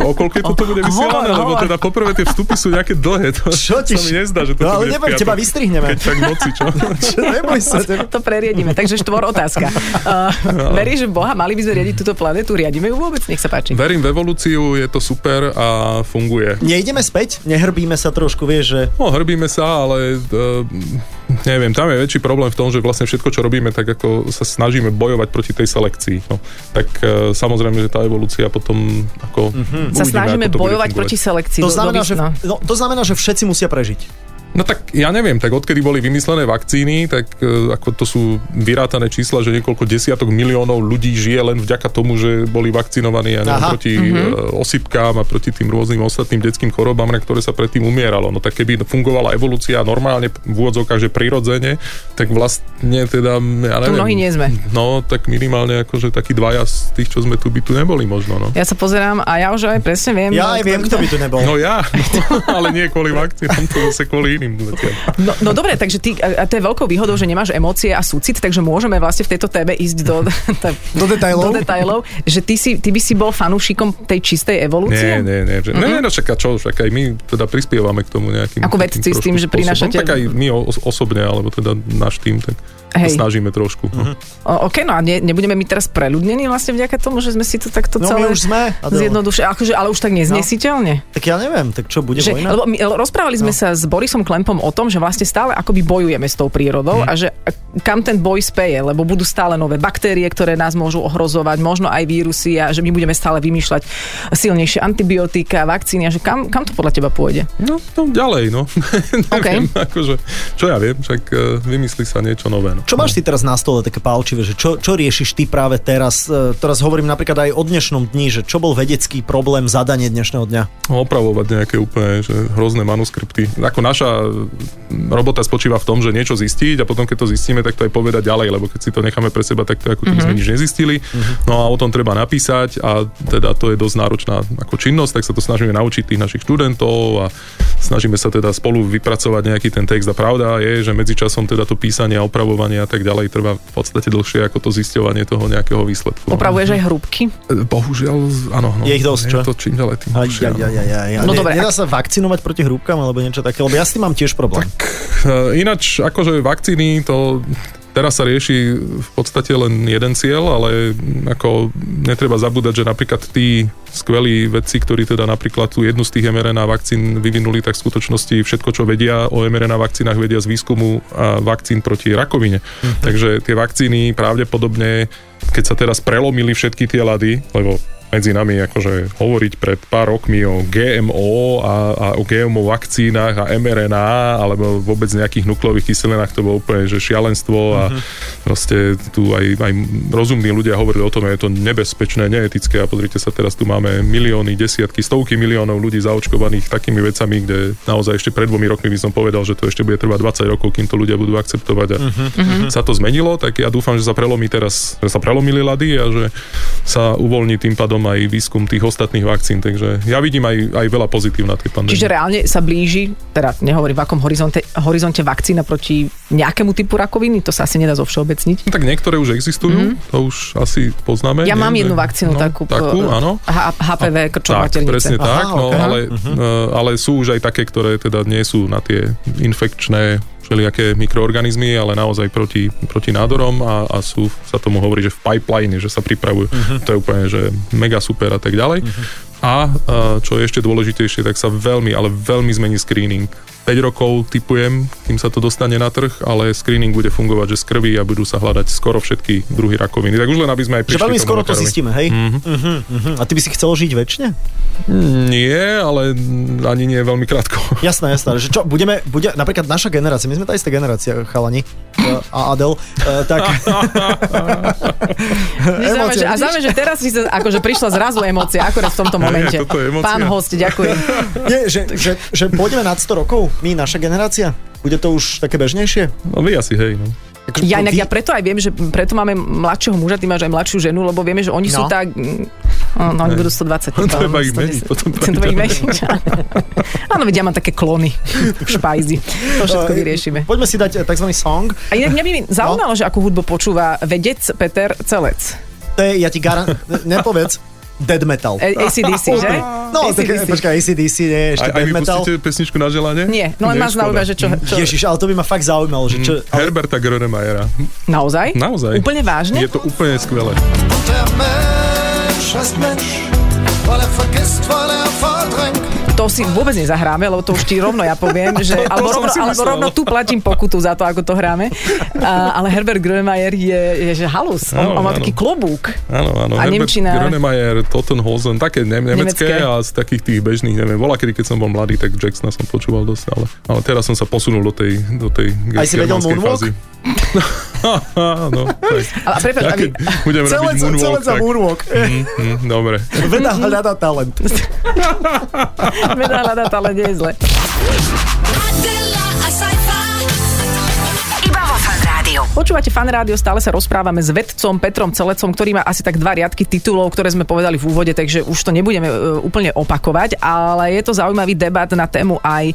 Speaker 5: O koľko to bude vysielané,
Speaker 2: Hovor,
Speaker 5: lebo
Speaker 2: hovor.
Speaker 5: teda poprvé tie vstupy sú nejaké dlhé.
Speaker 1: (laughs)
Speaker 5: To
Speaker 1: Čo ti
Speaker 5: sa mi
Speaker 1: š-
Speaker 5: nezdá, že to
Speaker 1: No, ale
Speaker 5: bude v
Speaker 1: neboj,
Speaker 5: piatok.
Speaker 1: teba vystrihneme.
Speaker 5: Keď tak v noci, čo?
Speaker 1: čo, (laughs) neboj sa. Teba.
Speaker 2: (laughs) To preriedíme, takže štvor
Speaker 1: (laughs)
Speaker 2: otázka. Uh,
Speaker 1: No.
Speaker 2: veríš v Boha, mali by sme riadiť túto planetu, riadíme ju vôbec, nech sa páči.
Speaker 5: Verím v evolúciu, je to super a funguje.
Speaker 1: Nejdeme späť? Nehrbíme sa trošku, vieš, že...
Speaker 5: No, hrbíme sa, ale uh, neviem, tam je väčší problém v tom, že vlastne všetko, čo robíme, tak ako sa snažíme bojovať proti tej selekcii. No, tak uh, samozrejme, že tá evolúcia potom ako... Mm-hmm.
Speaker 2: Sa snažíme bojovať proti selekcii.
Speaker 1: To
Speaker 2: do- do
Speaker 1: znamená, že,
Speaker 2: výsna.
Speaker 1: no, to znamená, že všetci musia prežiť.
Speaker 5: No tak ja neviem, tak odkedy boli vymyslené vakcíny, tak e, ako to sú vyrátané čísla, že niekoľko desiatok miliónov ľudí žije len vďaka tomu, že boli vakcinovaní ja neviem,
Speaker 1: Aha.
Speaker 5: proti
Speaker 2: Mhm.
Speaker 5: mm-hmm. osypkám a proti tým rôznym ostatným detským chorobám, na ktoré sa predtým umieralo. No tak keby fungovala evolúcia normálne v úvodzovkách, že prirodzene, tak vlastne teda, ja
Speaker 2: Tu
Speaker 5: neviem.
Speaker 2: mnohí nie sme.
Speaker 5: No tak minimálne akože takí dvaja z tých, čo sme tu, by tu neboli možno. No.
Speaker 2: Ja sa pozerám a ja už aj presne viem.
Speaker 1: Ja aj viem, kto by tu nebol.
Speaker 5: No ja, no, (laughs) ale nie kvôli vakcínám, to zase kvôli iným veciam.
Speaker 2: No, no dobre, takže ty, a a to je veľkou výhodou, že nemáš emócie a súcit, takže môžeme vlastne v tejto téme ísť do, (laughs) tá-
Speaker 1: Do
Speaker 2: do
Speaker 1: detajlov?
Speaker 2: detajlov, že ty, si, ty by si bol fanúšikom tej čistej
Speaker 5: Nie,
Speaker 2: evolúcie?
Speaker 5: nie, nie. Že, mm-hmm. Ne, no však a čo, však aj my teda prispievame k tomu nejakým...
Speaker 2: Mhm. Ako vedci
Speaker 5: takým
Speaker 2: s tým,
Speaker 5: trošku
Speaker 2: že prinášate-
Speaker 5: Spôsobom, tak aj my o- osobne, alebo teda náš tým, tak
Speaker 2: Hej.
Speaker 5: Hej. snažíme trošku. Mm-hmm.
Speaker 2: O, OK, no a ne, nebudeme my teraz preľudnení vlastne vďaka tomu, že sme si to
Speaker 1: No,
Speaker 2: takto
Speaker 1: my
Speaker 2: celé
Speaker 1: už sme, Adela.
Speaker 2: zjednodušili, akože, ale už tak neznesiteľne.
Speaker 1: Tak ja neviem, tak čo, bude
Speaker 2: Že,
Speaker 1: vojna?
Speaker 2: lebo my, l- rozprávali sme no. sa s Borisom Klempom o tom, že vlastne stále akoby bojujeme s tou
Speaker 5: Mhm.
Speaker 2: prírodou a že a kam ten boj speje, lebo budú stále nové baktérie, ktoré nás môžu ohrozovať, možno aj vírusy a že my budeme stále vymýšľať silnejšie antibiotika, vakcíny a že kam, kam to podľa teba pôjde?
Speaker 5: No, no ďalej, no. (laughs) Neviem, akože, čo ja viem, však e, vymyslí sa niečo nové. No.
Speaker 1: Čo máš ty teraz na stole také palčivé, že čo, čo riešiš ty práve teraz? E, Teraz hovorím napríklad aj o dnešnom dni, že čo bol vedecký problém zadanie dnešného dňa?
Speaker 5: opravovať nejaké úplne že hrozné manuskripty. Ako naša robota spočíva v tom, že niečo zistiť a potom, keď to zistíme, tak to aj povedať ďalej, lebo keď si to necháme pre seba, tak to je ako keby sme nič nezistili. No a o tom treba napísať a teda to je dosť náročná ako činnosť, tak sa to snažíme naučiť tých našich študentov a snažíme sa teda spolu vypracovať nejaký ten text a pravda je, že medzičasom teda to písanie a opravovanie a tak ďalej trvá v podstate dlhšie ako to zisťovanie toho nejakého výsledku.
Speaker 2: Opravuješ aj hrúbky?
Speaker 5: E, Bohužiaľ, áno. No,
Speaker 1: Je ich dosť, čo?
Speaker 5: Je to čím ďalej tým
Speaker 1: Aj,
Speaker 5: horšie,
Speaker 1: aj,
Speaker 5: áno.
Speaker 1: aj, aj, aj.
Speaker 2: No
Speaker 1: Ne-
Speaker 2: dobre,
Speaker 1: Nedá sa vakcinovať proti hrúbkam alebo niečo také, lebo ja s tým mám tiež problém.
Speaker 5: E, Ináč, akože vakcíny, to teraz sa rieši v podstate len jeden cieľ, ale ako netreba zabúdať, že napríklad tí skvelí vedci, ktorí teda napríklad tú jednu z tých mRNA vakcín vyvinuli, tak v skutočnosti všetko, čo vedia o mRNA vakcínach, vedia z výskumu a vakcín proti rakovine. Takže tie vakcíny pravdepodobne, keď sa teraz prelomili všetky tie lady, lebo medzi nami akože hovoriť pred pár rokmi o GMO a, a o GMO vakcínach a mRNA alebo vôbec nejakých nukleových kyselinách to bolo úplne že šialenstvo a proste tu aj, aj rozumní ľudia hovorili o tom, že je to nebezpečné, neetické a pozrite sa teraz tu máme milióny, desiatky, stovky miliónov ľudí zaočkovaných takými vecami, kde naozaj ešte pred dvomi rokmi by som povedal, že to ešte bude trvať 20 rokov, kým to ľudia budú akceptovať a sa to zmenilo, tak ja dúfam, že sa prelomí teraz, že sa prelomili lady a že sa uvoľní tým pádom aj výskum tých ostatných vakcín, takže ja vidím aj, aj veľa pozitív na tej pandémii.
Speaker 2: Čiže reálne sa blíži, teda nehovorím v akom horizonte, horizonte vakcína proti nejakému typu rakoviny, to sa asi nedá zo všeobecniť.
Speaker 5: No tak niektoré už existujú, mm-hmm. to už asi poznáme.
Speaker 2: Mhm. Ja
Speaker 5: nie?
Speaker 2: mám
Speaker 5: Že-
Speaker 2: jednu vakcínu takú,
Speaker 5: No,
Speaker 2: eh,
Speaker 5: Takú, áno.
Speaker 2: H- HPV, krčová
Speaker 5: Tak, presne
Speaker 1: Aha,
Speaker 5: tak, no,
Speaker 1: ok.
Speaker 5: ale, uh, ale sú už aj také, ktoré teda nie sú na tie infekčné všelijaké mikroorganizmy, ale naozaj proti, proti nádorom a, a sú, sa tomu hovorí, že v pipeline, že sa pripravujú. To je úplne, že mega super a tak ďalej. A uh, čo je ešte dôležitejšie, tak sa veľmi, ale veľmi zmení screening. 5 rokov typujem, kým sa to dostane na trh, ale screening bude fungovať, že z krvi a budú sa hľadať skoro všetky druhy rakoviny. Tak už len aby sme aj
Speaker 1: Že
Speaker 5: prišli
Speaker 1: veľmi
Speaker 5: tomu
Speaker 1: skoro to
Speaker 5: lekárovi.
Speaker 1: zistíme, hej? Mm-hmm. Mm-hmm. A ty by si chcel žiť väčšine?
Speaker 5: Nie, ale ani nie veľmi krátko.
Speaker 1: Jasné, jasné. Že čo, budeme, bude, napríklad naša generácia, my sme tá istá generácia, chalani e, a Adel, e, tak...
Speaker 2: Zaujímavé,
Speaker 1: Emócie,
Speaker 2: že- No, a
Speaker 1: vidíš?
Speaker 2: zaujímavé, že teraz si sa, akože prišla zrazu emócia, akorát v
Speaker 5: (laughs)
Speaker 2: tomto momente.
Speaker 5: toto je emócia.
Speaker 2: Pán host,
Speaker 5: (laughs)
Speaker 2: ďakujem.
Speaker 1: Nie, že, že, že pôjdeme nad 100 rokov, my, naša generácia? Bude to už také bežnejšie?
Speaker 5: No vy asi, hej. No.
Speaker 1: Akože
Speaker 2: Ja
Speaker 1: to
Speaker 2: inak
Speaker 1: vy-
Speaker 2: ja preto aj viem, že preto máme mladšieho muža, ty máš aj mladšiu ženu, lebo vieme, že oni sú
Speaker 1: No.
Speaker 2: tak... mm, No, no oni budú 120.
Speaker 5: (laughs) To
Speaker 2: pán,
Speaker 5: iba ich
Speaker 2: 110.
Speaker 5: meniť, potom
Speaker 2: To iba ich (laughs) meniť. Áno, veď ja mám také klony v špajzi. To všetko
Speaker 1: e,
Speaker 2: vyriešime.
Speaker 1: Poďme si dať e, tzv. song.
Speaker 2: A inak mňa by zaujímalo, že akú hudbu počúva vedec Peter Celec.
Speaker 1: To to je, ja ti
Speaker 2: (laughs)
Speaker 1: garan... Nepovedz, dead metal. (laughs)
Speaker 2: E- ACDC, že?
Speaker 1: No, tak
Speaker 2: AC/DC.
Speaker 1: počkaj, ACDC nie je ešte
Speaker 5: Aj, aj
Speaker 1: dead
Speaker 5: vy
Speaker 1: metal.
Speaker 5: pustíte pesničku na želanie?
Speaker 2: Nie, no len ma
Speaker 5: Nie,
Speaker 2: zaujíma,
Speaker 5: škoda.
Speaker 2: že čo, čo...
Speaker 1: Ježiš, ale to by ma fakt zaujímalo,
Speaker 5: Mhm.
Speaker 1: že čo... ale-
Speaker 5: Herberta Grönemajera.
Speaker 2: Naozaj?
Speaker 5: Naozaj.
Speaker 2: Úplne vážne?
Speaker 5: Je to úplne skvelé.
Speaker 6: Und der Mensch heißt Mensch, weil er vergisst, weil er verdrängt.
Speaker 2: To si vôbec nezahráme, lebo to už ti rovno ja poviem, že,
Speaker 5: (laughs) to
Speaker 2: alebo,
Speaker 5: som
Speaker 2: rovno,
Speaker 5: si
Speaker 2: alebo
Speaker 5: myslel.
Speaker 2: rovno tu platím pokutu za to, ako to hráme. A, ale Herbert Grönemeyer je, je že halus. On,
Speaker 5: Áno,
Speaker 2: on má
Speaker 5: áno.
Speaker 2: taký klobúk.
Speaker 5: Áno, áno.
Speaker 2: A
Speaker 5: Herbert
Speaker 2: Nemčina.
Speaker 5: Grönemeyer, Tottenhosen, také ne- nemecké,
Speaker 2: Nemecké.
Speaker 5: nemecké a z takých tých bežných, neviem, bola kedy, keď som bol mladý, tak Jacksona som počúval dosť, ale, ale teraz som sa posunul do tej, do tej
Speaker 1: Aj si vedel
Speaker 5: germanskej
Speaker 1: moonwalk?
Speaker 5: fázy. (laughs) no, (laughs)
Speaker 2: (laughs)
Speaker 5: tak.
Speaker 2: A, a prepáč,
Speaker 5: Ja
Speaker 2: aby,
Speaker 5: keď budem
Speaker 1: Celé,
Speaker 5: robiť
Speaker 1: celé, celé
Speaker 5: moonwalk,
Speaker 1: za
Speaker 5: tak... (laughs)
Speaker 1: moonwalk.
Speaker 5: Mm, mm, dobre.
Speaker 1: Veda hľada talent.
Speaker 2: veda hľadať, ale nie je zle.
Speaker 3: Adela, a sci-fi.
Speaker 4: Iba vo Fan Rádiu.
Speaker 2: Počúvate fan rádio, stále sa rozprávame s vedcom Petrom Celecom, ktorý má asi tak dva riadky titulov, ktoré sme povedali v úvode, takže už to nebudeme e, úplne opakovať, ale je to zaujímavý debat na tému aj e,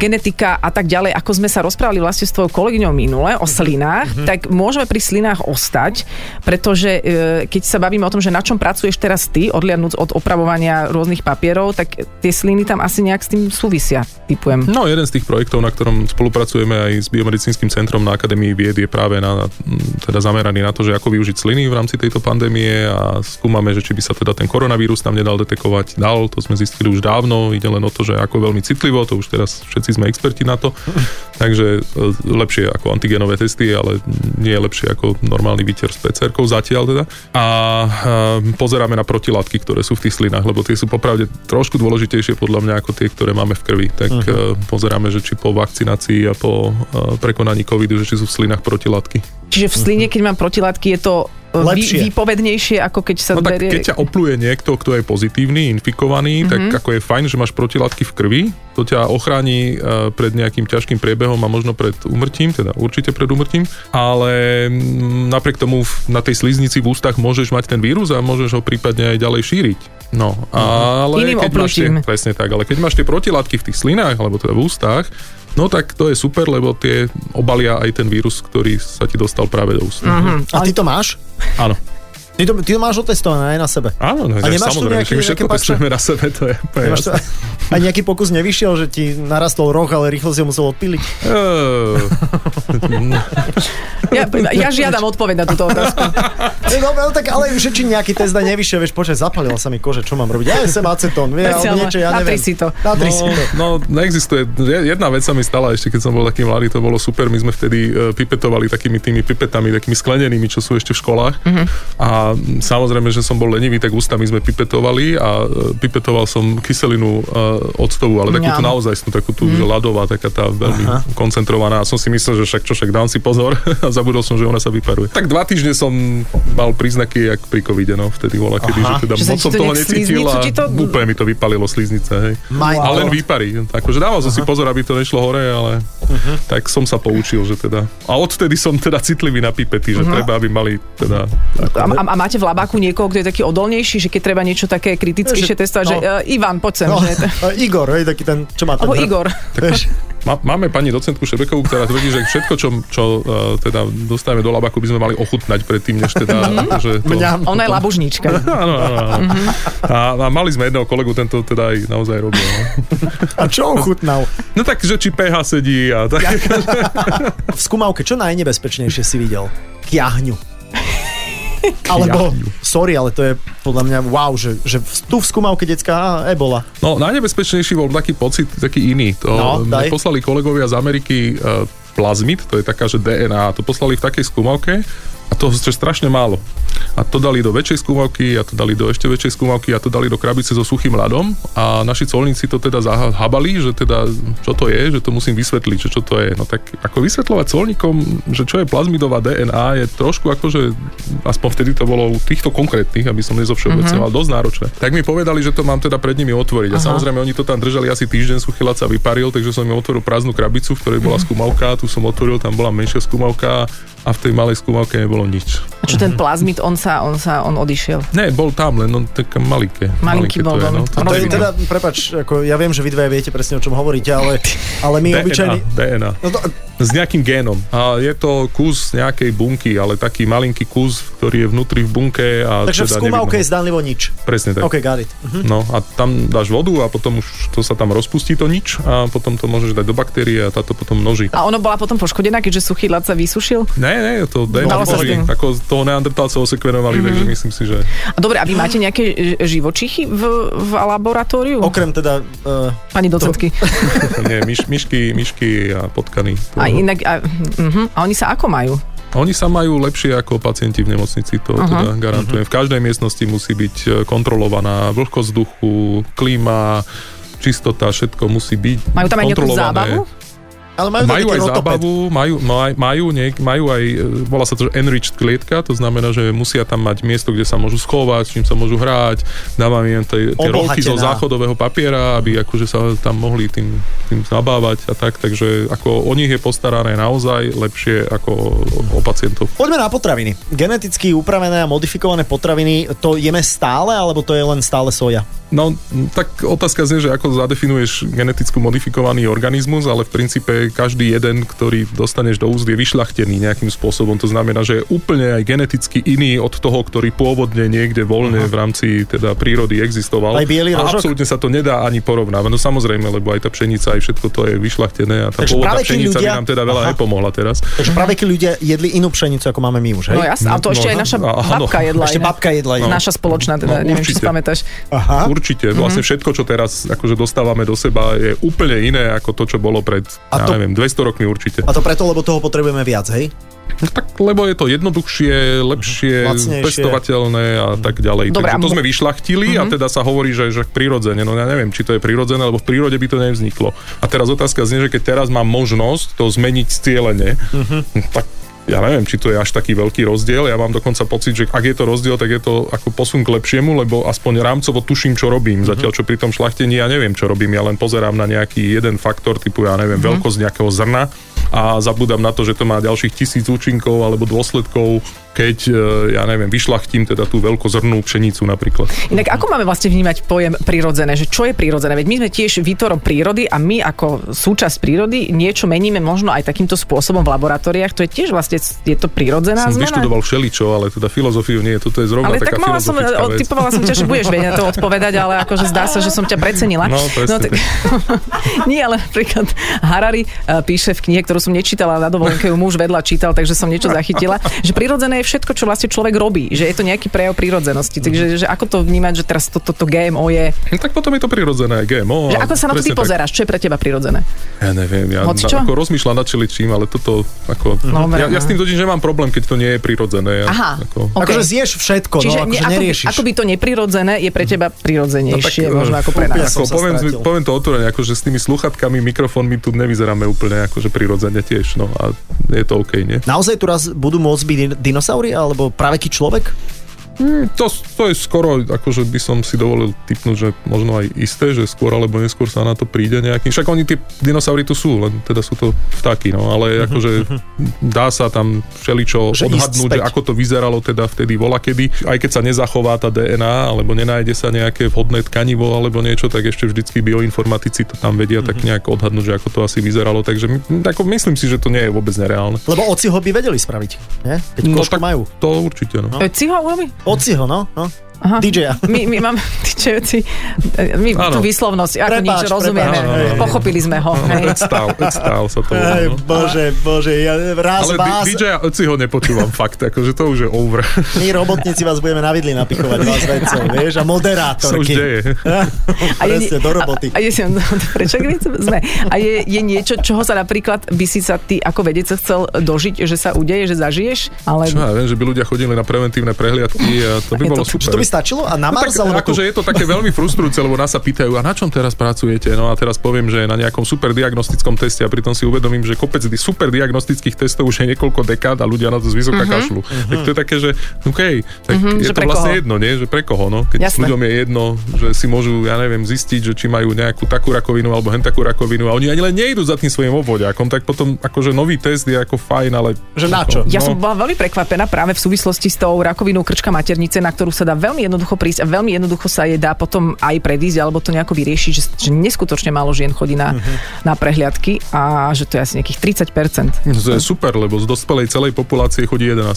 Speaker 2: genetika a tak ďalej. Ako sme sa rozprávali vlastne s tvojou kolegyňou minule o slinách, mm-hmm. tak môžeme pri slinách ostať, pretože e, keď sa bavíme o tom, že na čom pracuješ teraz ty, odliadnúc od opravovania rôznych papierov, tak tie sliny tam asi nejak s tým súvisia, typujem.
Speaker 5: No, jeden z tých projektov, na ktorom spolupracujeme aj s biomedicínskym centrom na Akadémii vied, je práve na, mm, teda zameraný na to, že ako využiť sliny v rámci tejto pandémie a skúmame, že či by sa teda ten koronavírus tam nedal detekovať. Dal, to sme zistili už dávno, ide len o to, že ako veľmi citlivo, to už teraz všetci sme experti na to, takže e, lepšie ako antigenové testy, ale nie je lepšie ako normálny výter s PCR zatiaľ teda. A e, pozeráme na protilátky, ktoré sú v tých slinách, lebo tie sú popravde trošku dôležitejšie podľa mňa ako tie, ktoré máme v krvi. Tak uh-huh. pozeráme, že či po vakcinácii a po e, prekonaní covidu, že či sú v slinách protilátky.
Speaker 2: Čiže v sline, keď mám protilátky, je to e,
Speaker 1: Lepšie.
Speaker 2: vý, výpovednejšie, ako keď sa
Speaker 5: No tak
Speaker 2: berie...
Speaker 5: keď ťa opluje niekto, kto je pozitívny,
Speaker 2: Mhm.
Speaker 5: infikovaný, mm-hmm. tak ako je fajn, že máš protilátky v krvi, to ťa ochráni eh, pred nejakým ťažkým priebehom a možno pred umrtím, teda určite pred umrtím, ale mm, napriek tomu v- na tej sliznici v ústach môžeš mať ten vírus a môžeš ho prípadne aj ďalej šíriť. No, ale
Speaker 2: Mhm. Iným
Speaker 5: keď máš tie,
Speaker 2: oplutím.
Speaker 5: presne tak, ale keď máš tie protilátky v tých slinách, alebo teda v ústach, no tak to je super, lebo tie obalia aj ten vírus, ktorý sa ti dostal práve do úst. Mm-hmm.
Speaker 2: Mhm.
Speaker 1: A ty to máš?
Speaker 5: Áno.
Speaker 1: Ty to, ty to máš otestované aj na sebe.
Speaker 5: Áno,
Speaker 1: A
Speaker 5: no, tak
Speaker 1: nemáš tu
Speaker 5: samozrejme,
Speaker 1: nejaký-
Speaker 5: však my všetko
Speaker 1: nejaké bakše?
Speaker 5: testujeme na sebe, to je úplne
Speaker 1: Nemáš to,
Speaker 5: jasné.
Speaker 1: a nejaký pokus nevyšiel, že ti narastol roh, ale rýchlo si ho musel odpíliť.
Speaker 5: Eh,
Speaker 2: Ja, ja žiadam odpoveď na túto otázku.
Speaker 1: No, no tak ale že či nejaký test aj nevyšiel, vieš, počkaj, zapalila sa mi kože, čo mám robiť? Ja sem acetón, vie, alebo
Speaker 2: Presne,
Speaker 1: niečo, ja neviem.
Speaker 2: natri si to.
Speaker 1: Natri si to.
Speaker 5: No, no, neexistuje. Je- Jedna vec sa mi stala ešte, keď som bol taký mladý, to bolo super. My sme vtedy eh, pipetovali takými tými pipetami, takými sklenenými, čo sú ešte v školách.
Speaker 2: Mhm.
Speaker 5: A mm, samozrejme, že som bol lenivý, tak ústami sme pipetovali a eh, pipetoval som kyselinu eh, octovú, ale takú tú
Speaker 2: Ňam. Mhm.
Speaker 5: naozaj tú takú tú že ľadová, taká tá veľmi Aha. koncentrovaná. A som si myslel, že však čo, však dám si pozor (laughs) a zabudol som, že ona sa vyparuje. Tak dva týždne som mal príznaky, jak pri covide, no, vtedy bola, kedy, že teda
Speaker 2: Že sa
Speaker 5: moc
Speaker 2: ti
Speaker 5: som
Speaker 2: to
Speaker 5: toho
Speaker 2: nejak
Speaker 5: necítil
Speaker 2: sliznicu
Speaker 5: a
Speaker 2: ti to-
Speaker 5: úplne mi to vypalilo sliznice, hej.
Speaker 1: Mind
Speaker 5: A len
Speaker 1: blown.
Speaker 5: výpary. Akože dával som si pozor, aby to nešlo hore, ale tak som sa poučil, že teda. A odtedy som teda citlivý na pipety, že treba, aby mali teda...
Speaker 2: A, a, a máte v labáku niekoho, kto je taký odolnejší, že keď treba niečo také kritickejšie
Speaker 1: Že-
Speaker 2: testovať, že
Speaker 1: no.
Speaker 2: uh, Ivan, poď sem.
Speaker 1: No,
Speaker 2: Že
Speaker 1: (laughs)
Speaker 2: to,
Speaker 1: a Igor, hej, taký ten, čo má ten...
Speaker 2: alebo
Speaker 1: hrb?
Speaker 2: Igor.
Speaker 1: Vieš,
Speaker 5: Ma- Máme pani docentku Šebekovú, ktorá tvrdí, že všetko, čo, čo eh, teda dostávame do labaku, by sme mali ochutnať predtým, než teda... že to... No,
Speaker 1: mňam.
Speaker 2: Ona je labužnička.
Speaker 5: Áno, áno, áno. A, a mali sme jedného kolegu, tento teda aj naozaj robil. No,
Speaker 1: A čo ochutnal?
Speaker 5: no tak, že či pH sedí a tak.
Speaker 1: V skúmavke, čo najnebezpečnejšie si videl?
Speaker 2: (laughs)
Speaker 1: Kiahňu. Alebo, sorry, ale to je podľa mňa wow, že, že v- tu v skúmavke detská á, ebola.
Speaker 5: No, najnebezpečnejší bol taký pocit, taký iný. To
Speaker 1: No,
Speaker 5: no,
Speaker 1: daj.
Speaker 5: poslali kolegovia z Ameriky e, plazmid, to je taká, že DNA, to poslali v takej skúmavke a to je strašne málo. A to dali do väčšej skúmavky, a to dali do ešte väčšej skúmavky, a to dali do krabice so suchým ľadom a naši colníci to teda zahabali, že teda čo to je, že to musím vysvetliť, že čo to je. No tak ako vysvetľovať colníkom, že čo je plazmidová DNA je trošku akože, aspoň vtedy to bolo u týchto konkrétnych, aby som
Speaker 2: Mhm.
Speaker 5: nezovšeobecňoval, mm-hmm. dosť náročné. Tak mi povedali, že to mám teda pred nimi otvoriť. A samozrejme, oni to tam držali asi týždeň, suchylac sa vyparil, takže som im otvoril prázdnu krabicu, v ktorej bola
Speaker 2: Mhm.
Speaker 5: skúmavka, tu som otvoril, tam bola menšia skúmavka a v tej malej skúmavke nebolo nič.
Speaker 2: Čo ten plazmit, on sa, on sa, on odišiel.
Speaker 5: Ne, bol tam len, no tak maliké.
Speaker 2: Malinký bol
Speaker 5: to je,
Speaker 2: dom.
Speaker 5: no, to
Speaker 2: A
Speaker 1: To je
Speaker 5: vidno.
Speaker 1: teda, prepač, ako ja viem, že vy dvaja viete presne, o čom hovoríte, ale, ale my
Speaker 5: DNA,
Speaker 1: obyčajní...
Speaker 5: DNA.
Speaker 1: No to,
Speaker 5: s nejakým génom. A je to kus nejakej bunky, ale taký malinký kus, ktorý je vnútri v bunke. A
Speaker 1: Takže v
Speaker 5: teda
Speaker 1: skúmavke je
Speaker 5: nevidno ho.
Speaker 1: zdanlivo nič.
Speaker 5: Presne tak.
Speaker 1: OK, got it. Mhm.
Speaker 5: No a tam dáš vodu a potom už to sa tam rozpustí to nič a potom to môžeš dať do baktérie a táto potom množí.
Speaker 2: A ono bola potom poškodená, keďže suchý ľad sa vysušil.
Speaker 5: Ne, ne, to DNA
Speaker 2: Dalo sa s
Speaker 5: tvorí.
Speaker 2: tým. Mhm.
Speaker 5: Ako toho neandertálca osekvenovali, mm-hmm. takže myslím si, že...
Speaker 2: A dobre, a vy máte nejaké ž- živočichy v, v laboratóriu?
Speaker 1: Okrem teda... Uh,
Speaker 2: Pani docentky.
Speaker 5: Nie, myš, myšky, myšky a potkany.
Speaker 2: A, inak, a, uh-huh. a oni sa ako majú?
Speaker 5: Oni sa majú lepšie ako pacienti v nemocnici, to uh-huh. teda
Speaker 2: Mhm.
Speaker 5: garantujem. V každej miestnosti musí byť e, kontrolovaná vlhkosť vzduchu, klíma, čistota, všetko musí byť
Speaker 2: Majú tam aj nejakú
Speaker 5: kontrolované.
Speaker 2: zábavu?
Speaker 1: ale majú,
Speaker 5: Majú aj
Speaker 1: rotopet.
Speaker 5: zábavu, majú, maj, majú, niek, majú aj, e, volá sa to, že enriched klietka, to znamená, že musia tam mať miesto, kde sa môžu schovať, s čím sa môžu hrať, dávam im tie, tie rolky zo
Speaker 1: Obohatená.
Speaker 5: záchodového papiera, aby akože sa tam mohli tým, tým zabávať a tak, takže ako o nich je postarané naozaj lepšie ako o, o pacientov.
Speaker 1: Poďme na potraviny. Geneticky upravené a modifikované potraviny, to jeme stále, alebo to je len stále soja?
Speaker 5: No, m, tak otázka znie, že ako zadefinuješ geneticky modifikovaný organizmus, ale v princípe každý jeden, ktorý dostaneš do úst, je vyšľachtený nejakým spôsobom. To znamená, že je úplne aj geneticky iný od toho, ktorý pôvodne niekde voľne v rámci teda prírody existoval.
Speaker 1: Aj bielý
Speaker 5: a
Speaker 1: rožok?
Speaker 5: absolútne sa to nedá ani porovnávať. No samozrejme, lebo aj tá pšenica, aj všetko to je vyšľachtené a tá
Speaker 1: Takže
Speaker 5: pôvodná
Speaker 1: práve tí
Speaker 5: pšenica by
Speaker 1: ľudia-
Speaker 5: nám teda veľa
Speaker 1: Aha.
Speaker 5: nepomohla teraz.
Speaker 1: Takže práve keď ľudia jedli inú pšenicu, ako máme my už, hej?
Speaker 2: No jasne, a to
Speaker 5: No,
Speaker 2: ešte aj
Speaker 5: no,
Speaker 2: naša
Speaker 5: áno.
Speaker 2: babka jedla.
Speaker 1: Ešte
Speaker 2: inak.
Speaker 1: babka jedla
Speaker 2: No.
Speaker 1: jedla.
Speaker 2: Naša spoločná, teda,
Speaker 5: No,
Speaker 2: neviem, či si
Speaker 5: určite.
Speaker 2: pamätáš.
Speaker 1: Aha. Mhm.
Speaker 5: Určite, vlastne všetko, čo teraz akože dostávame do seba, je úplne iné ako to, čo bolo pred,
Speaker 1: A
Speaker 5: ja
Speaker 1: to-
Speaker 5: neviem, 200 rokmi určite.
Speaker 1: A to preto, lebo toho potrebujeme viac, hej?
Speaker 5: Tak lebo je to jednoduchšie, lepšie,
Speaker 1: Lacnejšie.
Speaker 5: pestovateľné a tak ďalej.
Speaker 2: Dobre,
Speaker 5: Dobre,
Speaker 2: a
Speaker 5: Takže
Speaker 2: mo- Mhm.
Speaker 5: to sme vyšlachtili a teda sa hovorí, že, že prirodzene. No ja neviem, či to je prirodzene, lebo v prírode by to nevzniklo. A teraz otázka znie, že keď teraz mám možnosť to zmeniť cieľene,
Speaker 2: Mhm.
Speaker 5: uh-huh. tak ja neviem, či to je až taký veľký rozdiel. Ja mám dokonca pocit, že ak je to rozdiel, tak je to ako posun k lepšiemu, lebo aspoň rámcovo tuším, čo robím.
Speaker 2: Mhm.
Speaker 5: Zatiaľ, čo pri tom šlachtení ja neviem, čo robím. Ja len pozerám na nejaký jeden faktor, typu, ja
Speaker 2: Mhm.
Speaker 5: neviem, veľkosť nejakého zrna a zabudám na to, že to má ďalších tisíc účinkov alebo dôsledkov, keď, e, ja neviem, vyšlachtím teda tú veľkozrnú pšenicu napríklad.
Speaker 2: Inak ako máme vlastne vnímať pojem prirodzené, že čo je prirodzené? Veď my sme tiež výtvorom prírody a my ako súčasť prírody niečo meníme možno aj takýmto spôsobom v laboratóriách. To je tiež vlastne, je to prirodzená
Speaker 5: Som
Speaker 2: zmena?
Speaker 5: vyštudoval všeličo, ale teda filozofiu nie, toto je zrovna
Speaker 2: Ale tak
Speaker 5: taká
Speaker 2: mala som, e,
Speaker 5: filozofická vec.
Speaker 2: typovala som ťa, že budeš vedieť na to odpovedať, ale akože zdá sa, že som ťa precenila.
Speaker 5: No, presne tak.
Speaker 2: (laughs) Nie, ale napríklad Harari eh, píše v knihe, ktorú som nečítala, na dovolenke ju muž vedľa čítal, takže som niečo zachytila, že prirodzené je všetko, čo vlastne človek robí, že je to nejaký prejav prirodzenosti. Takže že ako to vnímať, že teraz toto to, to GMO je,
Speaker 5: No, tak potom je to prirodzené GMO.
Speaker 2: že
Speaker 5: a
Speaker 2: ako sa na to ty
Speaker 5: presne tak.
Speaker 2: pozeráš, čo je pre teba prirodzené?
Speaker 5: Ja neviem, ja na,
Speaker 2: Hoď čo?
Speaker 5: ako rozmýšľam nad čeličím, ale toto ako...
Speaker 2: No, dobre,
Speaker 5: ja, ja,
Speaker 2: no.
Speaker 5: s tým totiž nemám problém, keď to nie je prirodzené. Ja,
Speaker 2: Aha,
Speaker 5: Ako,
Speaker 2: OK.
Speaker 1: Akože zješ všetko,
Speaker 2: Čiže
Speaker 1: no, akože
Speaker 2: nie, ako, by,
Speaker 1: neriešiš.
Speaker 2: ako by to neprirodzené je pre teba prirodzenejšie,
Speaker 5: No tak,
Speaker 2: možno ako pre
Speaker 1: úplne
Speaker 2: nás.
Speaker 1: som
Speaker 5: ako,
Speaker 1: sa
Speaker 5: poviem,
Speaker 1: stratil.
Speaker 5: poviem to otvorene, akože s tými sluchatkami, mikrofónmi tu nevyzeráme úplne akože prirodzene tiež, no a je to OK, nie?
Speaker 1: Naozaj tu raz budú môcť byť din- dinosaury, alebo praveký človek?
Speaker 5: Hm, To, to je skoro, akože by som si dovolil typnúť, že možno aj isté, že skôr alebo neskôr sa na to príde nejaký. Však oni tie dinosaury tu sú, len teda sú to vtáky, no, ale akože dá sa tam všeličo
Speaker 1: Mhm, Že ísť
Speaker 5: odhadnúť, že
Speaker 1: späť.
Speaker 5: ako to vyzeralo teda vtedy volakedy. Aj keď sa nezachová tá DNA, alebo nenájde sa nejaké vhodné tkanivo alebo niečo, tak ešte vždycky bioinformatici to tam vedia
Speaker 1: Mhm.
Speaker 5: tak nejak odhadnúť, že ako to asi vyzeralo. Takže my- ako myslím si, že to nie je vôbec nereálne.
Speaker 1: Lebo oci ho by vedeli spraviť, nie? Keď
Speaker 5: No
Speaker 1: košku
Speaker 5: tak
Speaker 1: majú.
Speaker 5: to určite, no.
Speaker 2: To je ciho, veľmi?
Speaker 1: Oci ho, no. no.
Speaker 2: Aha.
Speaker 1: DJ-a.
Speaker 2: My, my máme (laughs) tyčejúci, my
Speaker 5: Áno.
Speaker 2: tú výslovnosť, ako
Speaker 1: Prepáč,
Speaker 2: nič
Speaker 1: prepáč.
Speaker 2: rozumieme,
Speaker 5: Áno, áno, áno.
Speaker 2: pochopili sme ho. hej.
Speaker 5: Stál, stál No, sa to. volá,
Speaker 1: Ej,
Speaker 5: no.
Speaker 1: bože, bože, ja raz
Speaker 5: Ale
Speaker 1: vás,
Speaker 5: DJ si ho nepočúvam fakt, akože to už je over. (laughs)
Speaker 1: my robotníci vás budeme na vidli napichovať, vás vedcov, vieš, a
Speaker 5: Sa už
Speaker 1: moderátorky.
Speaker 2: (laughs)
Speaker 5: deje.
Speaker 1: Presne, do roboty.
Speaker 2: A, a je, (laughs) prečo kde sme? A je, je niečo, čoho sa napríklad by si sa ty ako vedec chcel dožiť, že sa udeje, že zažiješ? Ale
Speaker 5: Čo ja viem, že by ľudia chodili na preventívne prehliadky a to
Speaker 2: Je
Speaker 5: by
Speaker 2: to
Speaker 5: bolo
Speaker 2: tak.
Speaker 5: super.
Speaker 1: To by stačilo? A na
Speaker 5: No
Speaker 1: Mars,
Speaker 5: tak,
Speaker 1: alebo
Speaker 5: akože
Speaker 1: tu?
Speaker 5: je to také veľmi frustrujúce, lebo nás sa pýtajú, a na čom teraz pracujete? No a teraz poviem, že na nejakom super diagnostickom teste a pritom si uvedomím, že kopec di- super diagnostických testov už je niekoľko dekád a ľudia na to zvysoka mm-hmm. kašľú. Tak to je také, že OK, tak mm-hmm, je
Speaker 2: Mhm, že
Speaker 5: že to
Speaker 2: pre
Speaker 5: vlastne
Speaker 2: koho?
Speaker 5: jedno, nie? Že pre koho, no? Keď
Speaker 2: Jasné.
Speaker 5: ľuďom je jedno, že si môžu, ja neviem, zistiť, že či majú nejakú takú rakovinu alebo hen takú rakovinu a oni ani len nejdú za tým svojim obvodiakom, tak potom akože nový test je ako fajn, ale... No,
Speaker 1: Že na čo?
Speaker 2: Ja som bola veľmi prekvapená práve v súvislosti s tou rakovinou krčka maternice, na ktorú sa dá veľmi jednoducho prísť a veľmi jednoducho sa jej dá potom aj predísť alebo to nejako vyriešiť, že, že neskutočne málo žien chodí na,
Speaker 5: Mhm.
Speaker 2: na prehliadky a že to je asi nejakých 30%
Speaker 5: No To je super, lebo z dospelej celej populácie chodí 11%.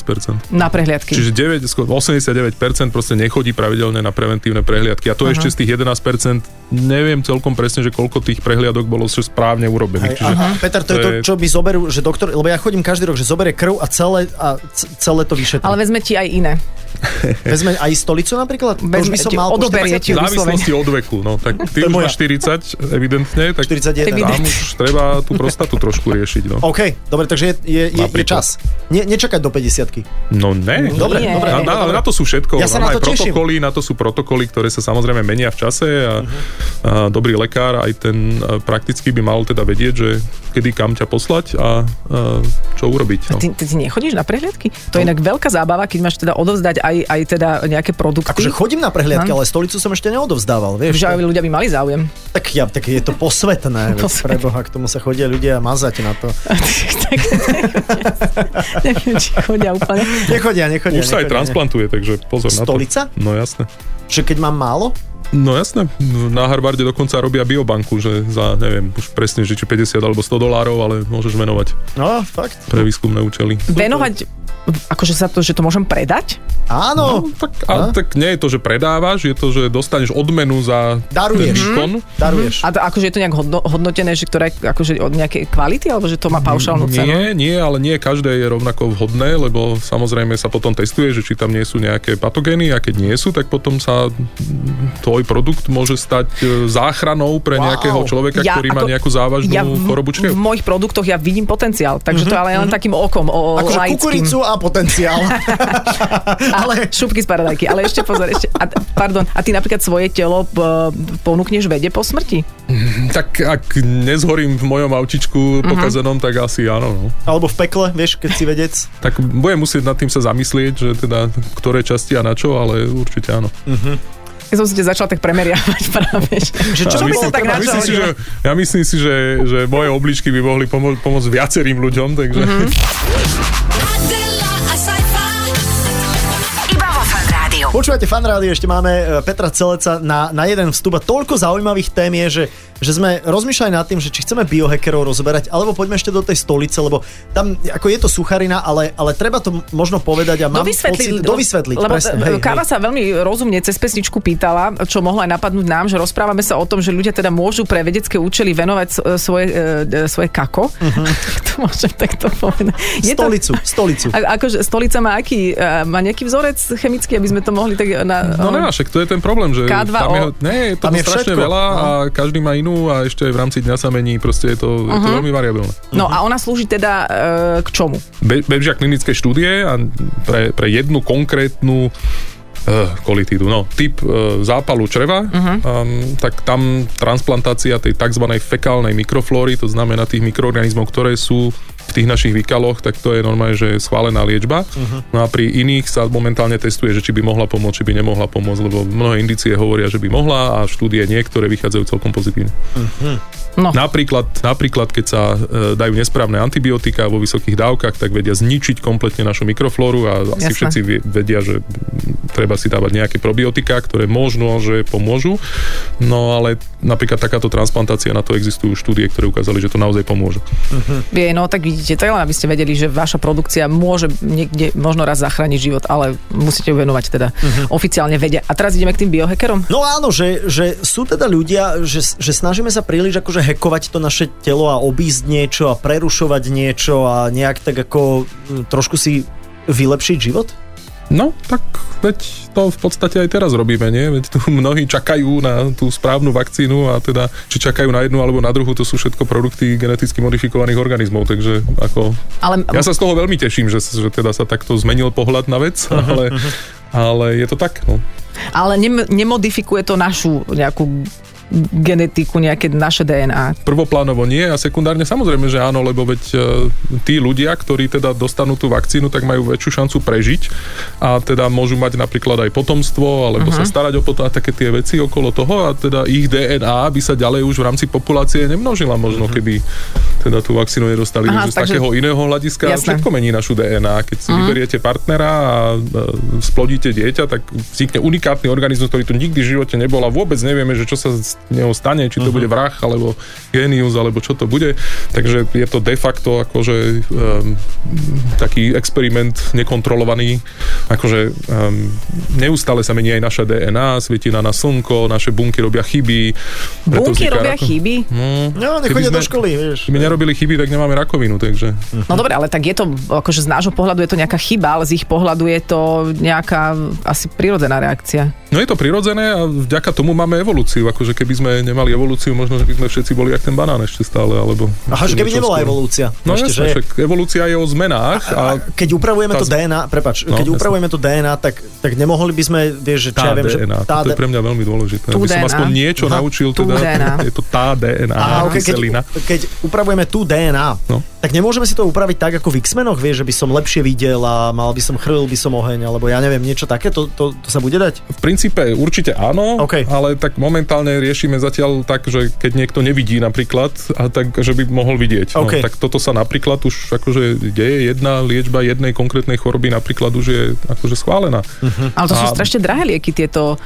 Speaker 2: na prehliadky.
Speaker 5: Čiže 9, skôr 89% proste nechodí pravidelne na preventívne prehliadky. A to ešte z tých 11%, neviem celkom presne, že koľko tých prehliadok bolo že správne
Speaker 1: Hej,
Speaker 5: urobených. Čiže
Speaker 1: aha. Peter, to, je to,
Speaker 5: to je-
Speaker 1: čo by zoberú, že doktor, lebo ja chodím každý rok, že zoberie krv a celé, a c- celé to vyšetrí.
Speaker 2: Ale vezme ti aj iné.
Speaker 1: Vezme aj stolicu napríklad? To už
Speaker 2: Vezme
Speaker 1: by som
Speaker 2: ti-
Speaker 1: mal po
Speaker 2: odoberie ti
Speaker 1: 40.
Speaker 5: v
Speaker 2: ju.
Speaker 5: závislosti od veku. No,
Speaker 1: (laughs)
Speaker 5: tak
Speaker 1: To
Speaker 5: ty
Speaker 1: je
Speaker 5: už
Speaker 1: moja.
Speaker 5: máš 40, evidentne, tak
Speaker 1: 41.
Speaker 2: Evidentne.
Speaker 5: tam už treba tú prostatu trošku riešiť. No,
Speaker 1: OK, dobre, takže je, je, je, je
Speaker 5: Napríklad.
Speaker 1: čas. Nie, nečakať do 50
Speaker 5: no ne.
Speaker 1: Dobre,
Speaker 2: Nie.
Speaker 1: dobre.
Speaker 5: Na, na, ale na to sú všetko.
Speaker 1: Ja sa
Speaker 5: Tam
Speaker 1: na
Speaker 5: aj
Speaker 1: to teším.
Speaker 5: protokoly, na to sú protokoly, ktoré sa samozrejme menia v čase a,
Speaker 1: Mhm.
Speaker 5: a dobrý lekár, aj ten e, prakticky by mal teda vedieť, že kedy kam ťa poslať a, a čo urobiť.
Speaker 2: A
Speaker 5: No.
Speaker 2: ty, ty, ty nechodíš na prehliadky? To je inak veľká zábava, keď máš teda odovzdať aj, aj teda nejaké produkty.
Speaker 1: Akože chodím na prehliadky,
Speaker 2: Hm.
Speaker 1: ale stolicu som ešte neodovzdával, vieš.
Speaker 2: že aj ľudia by mali
Speaker 5: (laughs)
Speaker 2: záujem.
Speaker 1: Tak, ja, tak je to posvetné, veď,
Speaker 2: Posvetné.
Speaker 1: pre Boha, k tomu sa chodia ľudia mazať na to.
Speaker 2: tak, neviem, či chodia úplne.
Speaker 5: Hm.
Speaker 1: Nechodia, nechodia.
Speaker 5: Už sa
Speaker 1: nechodia,
Speaker 5: aj
Speaker 1: ne.
Speaker 5: transplantuje, takže pozor
Speaker 1: Stolica?
Speaker 5: na to. No jasné.
Speaker 1: Že keď mám málo?
Speaker 5: No jasné. Na Harvarde dokonca robia biobanku, že za, neviem, už presne, že či 50 alebo 100 dolárov, ale môžeš venovať
Speaker 1: No, fakt.
Speaker 5: pre výskumné účely.
Speaker 2: Venovať, akože sa to, že to môžem predať?
Speaker 1: Áno,
Speaker 5: Tak, a, tak nie je to, že predávaš, je to, že dostaneš odmenu za ten
Speaker 1: Daruješ. Mhm.
Speaker 5: výkon.
Speaker 1: daruješ.
Speaker 2: A to, akože je to nejak hodno, hodnotené, že ktoré akože od nejakej kvality, alebo že to má paušálnu cenu?
Speaker 5: Nie, nie, ale nie každé je rovnako vhodné, lebo samozrejme sa potom testuje, že či tam nie sú nejaké patogény a keď nie sú, tak potom sa mm, tvoj produkt môže stať e, záchranou pre
Speaker 1: Wow.
Speaker 5: nejakého človeka, ktorý má
Speaker 2: ako-
Speaker 5: nejakú závažnú
Speaker 2: ja v-
Speaker 5: chorobu čriev. Mhm,
Speaker 2: V mojich produktoch ja vidím potenciál, takže to ale je len takým okom, o,
Speaker 1: Akože
Speaker 2: laickým.
Speaker 1: kukuricu a potenciál.
Speaker 2: ale... (laughs) Šupky z paradajky, ale ešte pozor, ešte, a, pardon, a ty napríklad svoje telo p- ponúkneš vede po smrti?
Speaker 5: Tak ak nezhorím v mojom autičku pokazenom, tak asi áno. No.
Speaker 1: (laughs) Alebo v pekle, vieš, keď si vedec.
Speaker 5: Tak budem musieť nad tým sa zamyslieť, že teda ktoré časti a na čo, ale určite áno.
Speaker 2: Ja som si ťa začala tak premeriavať (laughs) práve. Že
Speaker 1: čo by
Speaker 2: by
Speaker 1: myslím-
Speaker 2: som tak
Speaker 1: ja
Speaker 5: myslím si, že,
Speaker 2: načal?
Speaker 5: ja myslím si, že, že moje obličky by mohli pomo- pomôcť viacerým ľuďom, takže...
Speaker 3: Adela, a sci-fi.
Speaker 4: Iba vo fan rádiu.
Speaker 1: Počúvate fan rádio, ešte máme e, Petra Celeca na, na jeden vstup a toľko zaujímavých tém je, že, že sme rozmýšľali nad tým, že či chceme biohackerov rozoberať, alebo poďme ešte do tej stolice, lebo tam ako je to sucharina, ale, ale treba to m- možno povedať a mám pocit, dovysvetliť.
Speaker 2: lebo
Speaker 1: presne,
Speaker 2: e,
Speaker 1: hej,
Speaker 2: Káva
Speaker 1: hej.
Speaker 2: sa veľmi rozumne cez pesničku pýtala, čo mohla aj napadnúť nám, že rozprávame sa o tom, že ľudia teda môžu pre vedecké účely venovať s- e, svoje, e, e, svoje kako.
Speaker 1: Mhm.
Speaker 2: (laughs) to môžem takto povedať.
Speaker 1: Stolicu,
Speaker 2: To,
Speaker 1: stolicu.
Speaker 2: a, akože stolica má, aký, e, má nejaký vzorec chemický, aby sme to mohli tak na...
Speaker 5: (laughs) No ne, však to je ten problém, že
Speaker 2: K2O.
Speaker 5: tam je, ne, je
Speaker 1: Tam
Speaker 5: tam
Speaker 1: je
Speaker 5: je strašne
Speaker 1: všetko.
Speaker 5: veľa a každý má inú a ešte aj v rámci dňa sa mení, proste je to, uh-huh. je to veľmi variabilné.
Speaker 2: no a ona slúži teda e, k čomu?
Speaker 5: Be- bežia klinické štúdie a pre, pre jednu konkrétnu eh, kolitídu, no, typ eh, zápalu čreva, uh-huh. um, tak tam transplantácia tej tzv. fekálnej mikroflóry, to znamená tých mikroorganizmov, ktoré sú v tých našich výkaloch, tak to je normálne, že schválená liečba. Uh-huh. No a pri iných sa momentálne testuje, že či by mohla pomôcť, či by nemohla pomôcť, lebo mnohé indície hovoria, že by mohla a štúdie niektoré vychádzajú celkom pozitívne. Napríklad, napríklad keď sa e, dajú nesprávne antibiotika vo vysokých dávkach, tak vedia zničiť kompletne našu mikroflóru a asi
Speaker 2: Jasné.
Speaker 5: všetci vie- vedia, že mm, treba si dávať nejaké probiotika, ktoré možno, že pomôžu. No ale napríklad takáto transplantácia, na to existujú štúdie, ktoré ukázali, že to naozaj pomôže.
Speaker 2: Vie, no tak vidíte, to je len aby ste vedeli, že vaša produkcia môže niekde možno raz zachrániť život, ale musíte ju venovať teda
Speaker 5: Mhm.
Speaker 2: oficiálne vede. A teraz ideme k tým biohackerom.
Speaker 1: No áno, že, že sú teda ľudia, že, že snažíme sa príliš akože hekovať to naše telo a obísť niečo a prerušovať niečo a nejak tak ako mm, trošku si vylepšiť život?
Speaker 5: No, tak veď to v podstate aj teraz robíme, nie? Veď tu mnohí čakajú na tú správnu vakcínu a teda, či čakajú na jednu alebo na druhú, to sú všetko produkty geneticky modifikovaných organizmov, takže ako
Speaker 2: Ale
Speaker 5: Ja sa z toho veľmi teším, že, že teda sa takto zmenil pohľad na
Speaker 2: (laughs)
Speaker 5: vec, ale, ale je to tak. No.
Speaker 2: ale nem, nemodifikuje to našu nejakú genetiku, nejaké naše DNA.
Speaker 5: Prvoplánovo nie a sekundárne samozrejme, že áno, lebo veď e, tí ľudia, ktorí teda dostanú tú vakcínu, tak majú väčšiu šancu prežiť a teda môžu mať napríklad aj potomstvo alebo
Speaker 2: Mhm.
Speaker 5: uh-huh. sa starať o potom a také tie veci okolo toho a teda ich DNA by sa ďalej už v rámci populácie nemnožila možno, uh-huh. keby teda tú vakcínu
Speaker 2: Mhm.
Speaker 5: nedostali.
Speaker 2: Aha,
Speaker 5: Aha, z
Speaker 2: takže-
Speaker 5: takého iného
Speaker 2: Jasné.
Speaker 5: hľadiska
Speaker 2: Mhm.
Speaker 5: všetko mení našu DNA. Keď si vyberiete partnera a e, splodíte dieťa, tak vznikne unikátny organizmus, ktorý tu nikdy v živote nebol a vôbec nevieme, že čo sa z neho stane, či to bude vrah, alebo genius, alebo čo to bude. Takže je to de facto akože um, taký experiment nekontrolovaný. Akože um, neustále sa mení aj naša DNA, svieti na nás slnko, naše bunky robia chyby. preto
Speaker 2: Bunky
Speaker 5: vzniká
Speaker 2: robia
Speaker 5: rako-
Speaker 2: chyby.
Speaker 1: No,
Speaker 5: Keby
Speaker 1: nechodia
Speaker 5: sme-
Speaker 1: do školy, vieš.
Speaker 5: Keby nerobili chyby, tak nemáme rakovinu, takže...
Speaker 2: No dobre, ale tak je to, akože z nášho pohľadu je to nejaká chyba, ale z ich pohľadu je to nejaká asi prirodzená reakcia.
Speaker 5: No je to prirodzené a vďaka tomu máme evolúciu. Akože keby sme nemali evolúciu, možno, že by sme všetci boli jak ten banán ešte stále, alebo...
Speaker 1: Aha, že
Speaker 5: ešte
Speaker 1: keby
Speaker 5: niečo
Speaker 1: nebola
Speaker 5: skôr.
Speaker 1: evolúcia.
Speaker 5: No
Speaker 1: Ešte,
Speaker 5: jasne,
Speaker 1: že-
Speaker 5: však evolúcia je o zmenách a...
Speaker 1: A keď upravujeme
Speaker 5: Tá
Speaker 1: to
Speaker 5: z-
Speaker 1: DNA, prepač,
Speaker 5: No,
Speaker 1: keď
Speaker 5: jasne.
Speaker 1: upravujeme to DNA, tak, tak nemohli by sme, vieš, že čo
Speaker 5: Tá
Speaker 1: ja viem, že
Speaker 5: DNA,
Speaker 1: tá D-
Speaker 5: to je pre mňa veľmi dôležité.
Speaker 2: Tú
Speaker 5: Aby som
Speaker 2: DNA.
Speaker 5: aspoň niečo
Speaker 1: Aha,
Speaker 5: naučil,
Speaker 2: tú
Speaker 5: teda,
Speaker 2: DNA.
Speaker 5: (laughs) je to tá DNA,
Speaker 1: Á, ok, keď,
Speaker 5: kyselina.
Speaker 1: keď upravujeme tú DNA, no.
Speaker 5: No.
Speaker 1: tak nemôžeme si to upraviť tak ako v X-menoch, vieš, že by som lepšie videl a mal by som chrlil by som oheň, alebo ja neviem, niečo také, to, to, to sa bude dať?
Speaker 5: V princípe určite áno,
Speaker 1: OK.
Speaker 5: ale tak momentálne riešime zatiaľ tak, že keď niekto nevidí napríklad, a tak, že by mohol vidieť.
Speaker 1: OK.
Speaker 5: No, tak toto sa napríklad už akože deje, jedna liečba jednej konkrétnej choroby napríklad už je akože schválená.
Speaker 2: Ale to sú
Speaker 5: A-
Speaker 2: strašne drahé lieky tieto,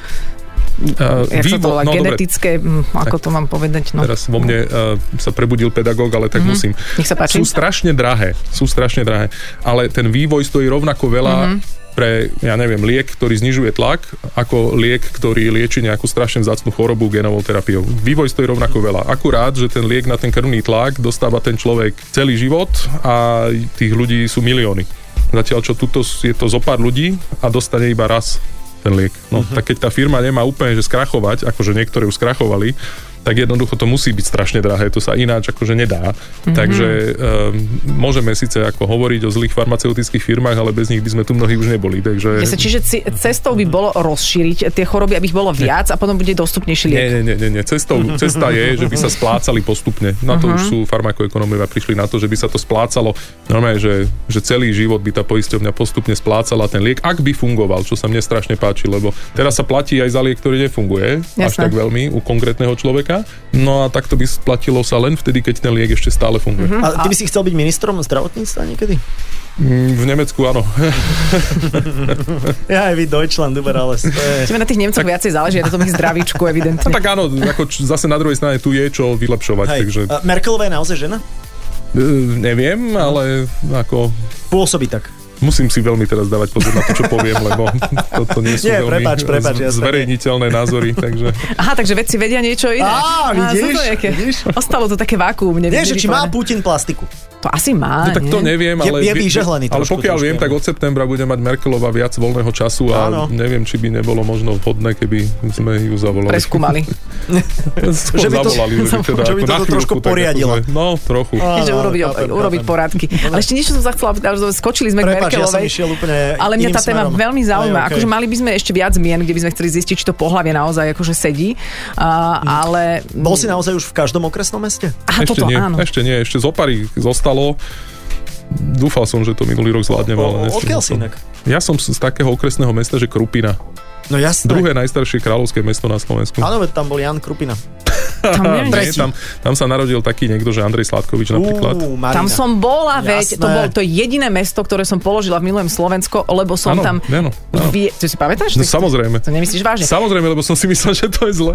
Speaker 5: Uh,
Speaker 2: jak sa to volá, genetické, hm, ako to mám povedať, no. Mhm.
Speaker 5: Teraz vo mne uh, sa prebudil pedagóg, ale tak mm-hmm. musím.
Speaker 2: Nech sa páči.
Speaker 5: Sú strašne drahé, sú strašne drahé, ale ten vývoj stojí rovnako veľa
Speaker 2: Mhm.
Speaker 5: mm-hmm pre, ja neviem, liek, ktorý znižuje tlak, ako liek, ktorý lieči nejakú strašne vzácnu chorobu genovou terapiou. Vývoj stojí rovnako veľa. Akurát, že ten liek na ten krvný tlak dostáva ten človek celý život a tých ľudí sú milióny. Zatiaľ, čo tuto je to zo pár ľudí a dostane iba raz ten liek. No, uh-huh. tak keď tá firma nemá úplne, že skrachovať, akože niektoré už skrachovali, tak jednoducho to musí byť strašne drahé, to sa ináč akože nedá. Mm-hmm. Takže um, môžeme síce ako hovoriť o zlých farmaceutických firmách, ale bez nich by sme tu mnohí už neboli. Takže...
Speaker 2: Jasne, čiže ci- cestou by bolo rozšíriť tie choroby, aby ich bolo viac a potom bude dostupnejší liek.
Speaker 5: Nie, nie, nie, nie, nie. Cestou, cesta je, že by sa splácali postupne. Na to už sú farmakoekonomovia prišli na to, že by sa to splácalo. Normálne, že, že celý život by tá poisťovňa postupne splácala ten liek, ak by fungoval, čo sa mne strašne páči, lebo teraz sa platí aj za liek, ktorý nefunguje až
Speaker 2: Jasné.
Speaker 5: tak veľmi u konkrétneho človeka. No a takto by splatilo sa len vtedy, keď ten liek ešte stále funguje.
Speaker 1: A ty by si chcel byť ministrom zdravotníctva niekedy?
Speaker 5: Mm, V Nemecku áno. (laughs)
Speaker 1: Ja aj vy Deutschland, Uber, ale to je...
Speaker 5: (laughs)
Speaker 2: Tebe na tých Nemcoch viacej záleží, na tom ich zdravíčku
Speaker 1: (laughs) No
Speaker 2: evidentne.
Speaker 5: tak áno, ako č- zase na druhej strane tu je čo vylepšovať,
Speaker 1: Hej,
Speaker 5: takže
Speaker 1: a Merkelová je naozaj žena?
Speaker 5: e, neviem, ale ako
Speaker 1: Pôsobí tak.
Speaker 5: Musím si veľmi teraz dávať pozor na to, čo poviem, lebo toto nie sú
Speaker 1: Nie,
Speaker 5: veľmi
Speaker 1: prepáč, prepáč,
Speaker 5: z-
Speaker 1: jasné.
Speaker 5: zverejniteľné názory, takže...
Speaker 2: Aha, takže vedci vedia niečo iné.
Speaker 1: Á, vidíš,
Speaker 2: sú to nejaké-
Speaker 1: vidíš?
Speaker 2: Ostalo to také vákuum. Neviem,
Speaker 1: Vieš, že či má
Speaker 2: vypovedané.
Speaker 1: Putin plastiku?
Speaker 2: To asi má,
Speaker 5: No tak to
Speaker 2: nie?
Speaker 5: neviem,
Speaker 1: Je-
Speaker 5: ale...
Speaker 1: je
Speaker 5: vy-
Speaker 1: vyžehlený
Speaker 5: Ale
Speaker 1: trošku,
Speaker 5: pokiaľ
Speaker 1: trošku,
Speaker 5: viem,
Speaker 1: áno.
Speaker 5: tak od septembra bude mať Merkelova viac voľného času a
Speaker 1: Áno.
Speaker 5: neviem, či by nebolo možno vhodné, keby sme ju
Speaker 1: (laughs)
Speaker 5: zavolali. (laughs)
Speaker 2: Preskúmali.
Speaker 1: Že
Speaker 5: Skôr
Speaker 1: by to-
Speaker 5: zavolali, že teda
Speaker 1: že by
Speaker 5: ako
Speaker 1: toto
Speaker 5: na chvíľku,
Speaker 1: trošku
Speaker 5: tak ako
Speaker 1: poriadila.
Speaker 5: sme- No, trochu.
Speaker 2: Čiže urobiť,
Speaker 1: chápem, chápem.
Speaker 2: urobiť poradky. Ale ešte niečo som sa chcela opýtať, že skočili sme
Speaker 1: Prepač,
Speaker 2: k
Speaker 1: ja som
Speaker 2: Merkelovej.
Speaker 1: išiel úplne
Speaker 2: ale mňa
Speaker 1: iným
Speaker 2: tá téma
Speaker 1: smerom.
Speaker 2: veľmi zaujíma.
Speaker 1: Aj, okej.
Speaker 2: Akože mali by sme ešte viac mien, kde by sme chceli zistiť, či to pohľavie naozaj akože sedí. A, ale...
Speaker 1: Mm. Bol si naozaj už v každom okresnom meste?
Speaker 2: Aha,
Speaker 5: ešte
Speaker 2: toto,
Speaker 5: nie,
Speaker 2: áno.
Speaker 5: ešte nie, ešte zo pár ich zostalo. Dúfal som, že to minulý rok zvládnem,
Speaker 1: O-
Speaker 5: ale...
Speaker 1: o-
Speaker 5: nestihol
Speaker 1: Odkiaľ si
Speaker 5: som.
Speaker 1: inak?
Speaker 5: Ja som z z takého okresného mesta, že Krupina.
Speaker 1: No jasné.
Speaker 5: Druhé najstaršie kráľovské mesto na Slovensku.
Speaker 1: Áno, veď tam bol Jan Krupina.
Speaker 2: Tam,
Speaker 5: (laughs) Nie,
Speaker 2: neviem,
Speaker 1: Tretí.
Speaker 5: tam, tam sa narodil taký niekto, že Andrej Sládkovič napríklad.
Speaker 1: Ú, Marina.
Speaker 2: Tam som bola,
Speaker 1: Jasné.
Speaker 2: veď, to bolo to jediné mesto, ktoré som položila v milujem Slovensko, lebo som
Speaker 5: Áno,
Speaker 2: tam...
Speaker 5: áno, áno.
Speaker 2: Vie, to si pamätáš?
Speaker 5: No
Speaker 2: Ty-
Speaker 5: samozrejme.
Speaker 2: To nemyslíš vážne?
Speaker 5: Samozrejme, lebo som si myslel, že to je zle.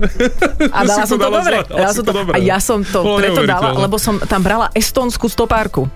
Speaker 2: A dala som to dobre. Dala som to, a ja som to
Speaker 5: Bolo
Speaker 2: preto dala,
Speaker 5: neuveriteľné.
Speaker 2: lebo som tam brala estónskú stopárku.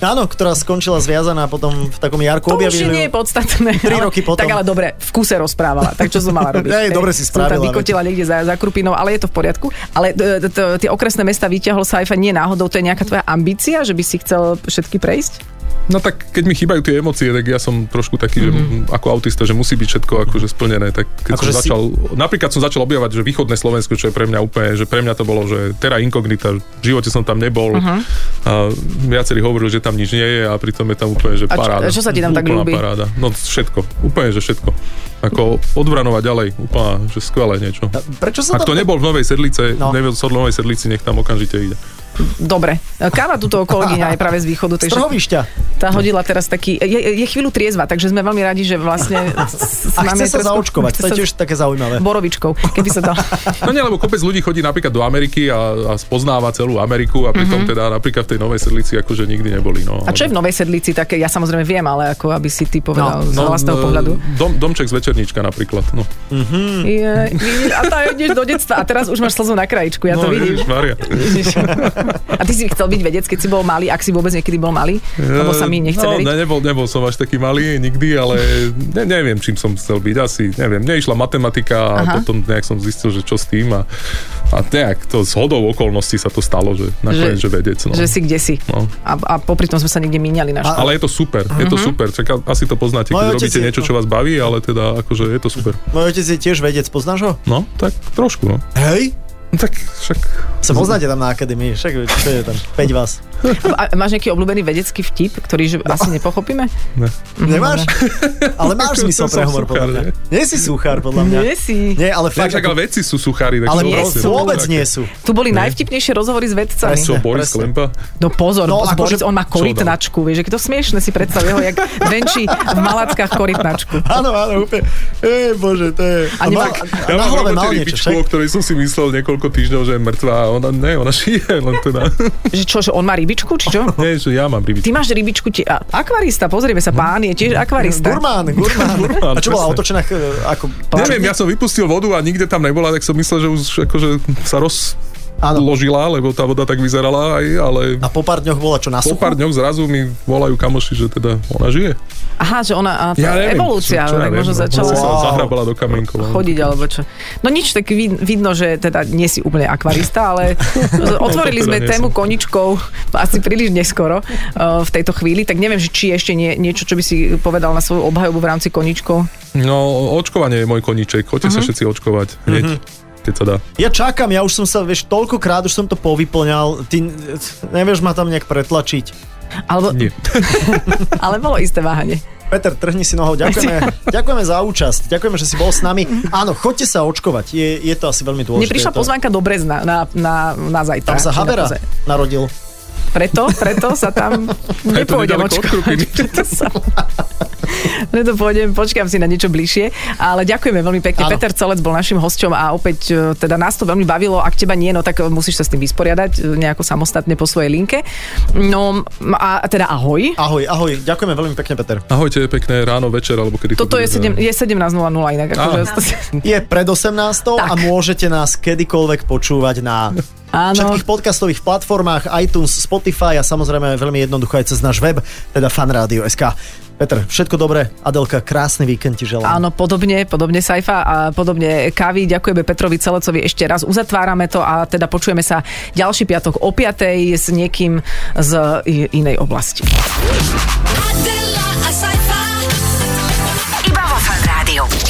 Speaker 1: Áno, ktorá skončila zviazaná potom v takom Jarku
Speaker 2: To už je
Speaker 1: objavili. ju.
Speaker 2: nie je podstatné.
Speaker 1: Tri
Speaker 2: ale-
Speaker 1: roky potom.
Speaker 2: Tak ale dobre, v kuse rozprávala. Tak čo som mala robiť?
Speaker 1: Hej, dobre si
Speaker 2: Som tam
Speaker 1: spravila,
Speaker 2: vykotila niekde za, za Krupinou, ale je to v poriadku. Ale e, t- t- tie okresné mesta vyťahol sa aj nie náhodou. To je nejaká tvoja ambícia, že by si chcel všetky prejsť?
Speaker 5: No tak keď mi chýbajú tie emócie, tak ja som trošku taký,
Speaker 2: Mhm.
Speaker 5: mm-hmm. že, m, ako autista, že musí byť všetko akože splnené. Tak keď
Speaker 1: Akože
Speaker 5: som
Speaker 1: si-
Speaker 5: začal, napríklad som začal objavovať, že východné Slovensko, čo je pre mňa úplne, že pre mňa to bolo, že terra incognita, v živote som tam nebol. Uh-huh. A viacerí hovorili, že tam nič nie je a pritom je tam úplne, že
Speaker 2: A čo-
Speaker 5: paráda.
Speaker 2: a čo sa ti tam tak
Speaker 5: úplná
Speaker 2: ľúbi?
Speaker 5: paráda. No všetko, úplne, že všetko. Ako odbranovať ďalej, úplne, že skvelé niečo.
Speaker 1: Prečo sa
Speaker 5: Ak
Speaker 1: tam...
Speaker 5: to nebol v Novej Sedlice,
Speaker 1: No.
Speaker 5: no. nebol v Novej Sedlici, nech tam okamžite ide.
Speaker 2: Dobre, káva tuto kolegyňa je práve z východu, takže
Speaker 1: Trhovišťa.
Speaker 2: tá hodila teraz taký, je, je chvíľu triezva, takže sme veľmi radi,
Speaker 1: (laughs)
Speaker 2: že vlastne s, s
Speaker 1: A chce
Speaker 2: nami
Speaker 1: sa
Speaker 2: trošku-
Speaker 1: zaočkovať,
Speaker 2: chce
Speaker 1: to je
Speaker 2: sa-
Speaker 1: tiež také zaujímavé.
Speaker 2: borovičkou, keby sa
Speaker 1: (laughs)
Speaker 2: dal.
Speaker 5: No nie, lebo kopec ľudí chodí napríklad do Ameriky a, a spoznáva celú Ameriku a pritom mm-hmm. teda napríklad v tej Novej Sedlici akože nikdy neboli.
Speaker 2: Mhm.
Speaker 5: No.
Speaker 2: A čo je v Novej Sedlici také, ja samozrejme viem, ale ako aby si ty povedal no, z vlastného
Speaker 5: no,
Speaker 2: pohľadu.
Speaker 5: Dom, domček z Večerníčka napríklad. No.
Speaker 1: Hm.
Speaker 2: Je, vidíš, a tá ideš do detstva a teraz už máš slzu na krajičku, ja to
Speaker 5: no,
Speaker 2: vidím.
Speaker 5: Maria.
Speaker 2: Ježiš. A ty si chcel byť vedec, keď si bol malý, ak si vôbec niekedy bol malý? Lebo sa mi nechce
Speaker 5: no,
Speaker 2: veriť.
Speaker 5: Ne, nebol, nebol som až taký malý nikdy, ale ne, neviem, čím som chcel byť. Asi, neviem, neišla matematika a
Speaker 2: Aha.
Speaker 5: potom nejak som zistil, že čo s tým a, a nejak to z hodou okolností sa to stalo, že nakoniec, že, že vedec. No.
Speaker 2: Že si kde si.
Speaker 5: No.
Speaker 2: A, a popri tom sme sa niekde míňali na škole.
Speaker 5: Ale je to super, je to super. Čak, asi to
Speaker 1: Môj
Speaker 5: poznáte, keď
Speaker 1: Mhm. otec
Speaker 5: robíte
Speaker 1: je-
Speaker 5: niečo, čo vás baví, ale teda akože je to super.
Speaker 1: Môj otec je tiež vedec, poznáš ho?
Speaker 5: No, tak trošku, no.
Speaker 1: Hej?
Speaker 5: no tak však...
Speaker 1: Sa poznáte tam na akadémii, však čo je tam, 5 vás.
Speaker 2: A, a máš nejaký obľúbený vedecký vtip, ktorý
Speaker 1: No.
Speaker 2: že asi nepochopíme?
Speaker 5: Ne.
Speaker 2: Mhm.
Speaker 1: (laughs) Nemáš? Ale máš
Speaker 5: Ako
Speaker 1: zmysel
Speaker 5: som
Speaker 1: pre humor,
Speaker 5: suchár,
Speaker 1: podľa mňa.
Speaker 5: nie?
Speaker 1: Nie si suchár, podľa mňa.
Speaker 2: Nie si.
Speaker 1: Nie, ale
Speaker 5: Tak,
Speaker 1: fakt.
Speaker 5: však,
Speaker 1: ako-
Speaker 5: ale veci sú suchári. Tak
Speaker 1: Ale
Speaker 5: to
Speaker 2: Nie
Speaker 1: vôbec,
Speaker 5: proste,
Speaker 2: sú.
Speaker 1: vôbec
Speaker 5: také.
Speaker 1: nie sú.
Speaker 2: Tu boli najvtipnejšie rozhovory s vedcami.
Speaker 5: Čo, Boris
Speaker 1: presne.
Speaker 5: Klempa?
Speaker 2: No pozor,
Speaker 1: No,
Speaker 2: no,
Speaker 1: akože-
Speaker 2: Boris, on má korytnačku, vieš, že keď to smiešne si predstav jeho, jak venčí v malackách korytnačku.
Speaker 1: (laughs) Áno, áno, úplne. Ej, bože, to je...
Speaker 2: A nemá-
Speaker 1: mal- a
Speaker 5: Ja
Speaker 1: na
Speaker 5: mám
Speaker 1: hlave mal
Speaker 5: robotený
Speaker 1: niečo,
Speaker 5: pičku,
Speaker 1: však?
Speaker 5: o ktorej som si myslel niekoľko týždňov, že je mŕtva a ona, ne, ona žije, len
Speaker 1: (laughs)
Speaker 5: teda...
Speaker 2: Že čo, že on má rybičku, či čo?
Speaker 5: Nie, že ja mám
Speaker 2: Ty
Speaker 5: rybičku.
Speaker 2: máš rybičku, ti... a- akvarista, pozrieme sa, pán je tiež akvarista.
Speaker 1: (laughs) Gurmán, gurmán.
Speaker 5: Gurmán,
Speaker 1: A čo bola
Speaker 5: presne.
Speaker 1: otočená ch- ako...
Speaker 5: Neviem, ja som vypustil vodu a nikde tam nebola, tak som myslel, že už akože sa
Speaker 1: Áno.
Speaker 5: rozložila, lebo tá voda tak vyzerala aj, ale
Speaker 1: A po pár dňoch bola čo na
Speaker 5: po
Speaker 1: suchu?
Speaker 5: pár dňoch zrazu mi volajú kamoši, že teda ona žije.
Speaker 2: Aha, že ona, a tá evolúcia,
Speaker 5: čo, čo
Speaker 2: tak
Speaker 5: ja viem,
Speaker 2: možno
Speaker 5: no.
Speaker 2: začala
Speaker 5: Asi sa
Speaker 1: Wow.
Speaker 5: zahrabala do kamienkov. ale-
Speaker 2: chodiť alebo čo. No nič, tak vid- vidno, že teda nie si úplne akvarista,
Speaker 5: (laughs)
Speaker 2: ale otvorili
Speaker 5: No, to teda
Speaker 2: sme
Speaker 5: nie
Speaker 2: tému
Speaker 5: som.
Speaker 2: koničkov asi príliš neskoro eh, v tejto chvíli, tak neviem, že či ešte nie, niečo, čo by si povedal na svoju obhajobu v rámci koničkov.
Speaker 5: No, očkovanie je môj koníček. Choďte
Speaker 2: Mhm.
Speaker 5: sa všetci očkovať hneď, keď sa dá.
Speaker 1: Ja čakám, ja už som sa, vieš, toľkokrát už som to povyplňal. Ty nevieš ma tam nejak pretlačiť.
Speaker 2: Alebo,
Speaker 5: Nie.
Speaker 2: ale bolo isté váhanie.
Speaker 1: Peter, trhni si nohou.
Speaker 2: (laughs)
Speaker 1: Ďakujeme, ďakujeme za účasť. Ďakujeme, že si bol s nami. Áno, choďte sa očkovať. Je, je to asi veľmi dôležité.
Speaker 2: Mne prišla
Speaker 1: Je to...
Speaker 2: pozvánka do Brezna na, na, na zajtra.
Speaker 1: Tam sa
Speaker 2: Či na
Speaker 1: Habera
Speaker 2: pozaj-
Speaker 1: narodil.
Speaker 2: Preto, preto sa
Speaker 1: (laughs)
Speaker 2: tam nepôjdem
Speaker 5: nedaleko od
Speaker 2: očkovať.
Speaker 5: Krupiny.
Speaker 2: (laughs) Preto sa... Preto pôjdem, počkám si na niečo bližšie, ale ďakujeme veľmi pekne.
Speaker 1: Áno.
Speaker 2: Peter Celec bol našim hosťom a opäť e, teda nás to veľmi bavilo. Ak teba nie, no tak e, musíš sa s tým vysporiadať e, nejako samostatne po svojej linke. No m, a a teda ahoj.
Speaker 1: Ahoj, ahoj. Ďakujeme veľmi pekne, Peter.
Speaker 5: Ahojte, pekné ráno, večer, alebo kedy
Speaker 2: Toto je,
Speaker 5: bude,
Speaker 2: 7, je
Speaker 5: neviem.
Speaker 2: 17.00 inak. Akože,
Speaker 1: Je pred 18. a
Speaker 2: Tak.
Speaker 1: môžete nás kedykoľvek počúvať na
Speaker 2: áno.
Speaker 1: všetkých podcastových platformách iTunes, Spotify a samozrejme veľmi jednoducho aj cez náš web, teda fanradio.sk. Peter, všetko dobré. Adelka, krásny víkend ti želám.
Speaker 2: Áno, podobne, podobne Saifa a podobne Kavi. Ďakujeme Petrovi Celecovi ešte raz. Uzatvárame to a teda počujeme sa ďalší piatok o 5. s niekým z i- inej oblasti.
Speaker 3: Adela, a sci-fi.
Speaker 4: Iba vo Fan Rádiu.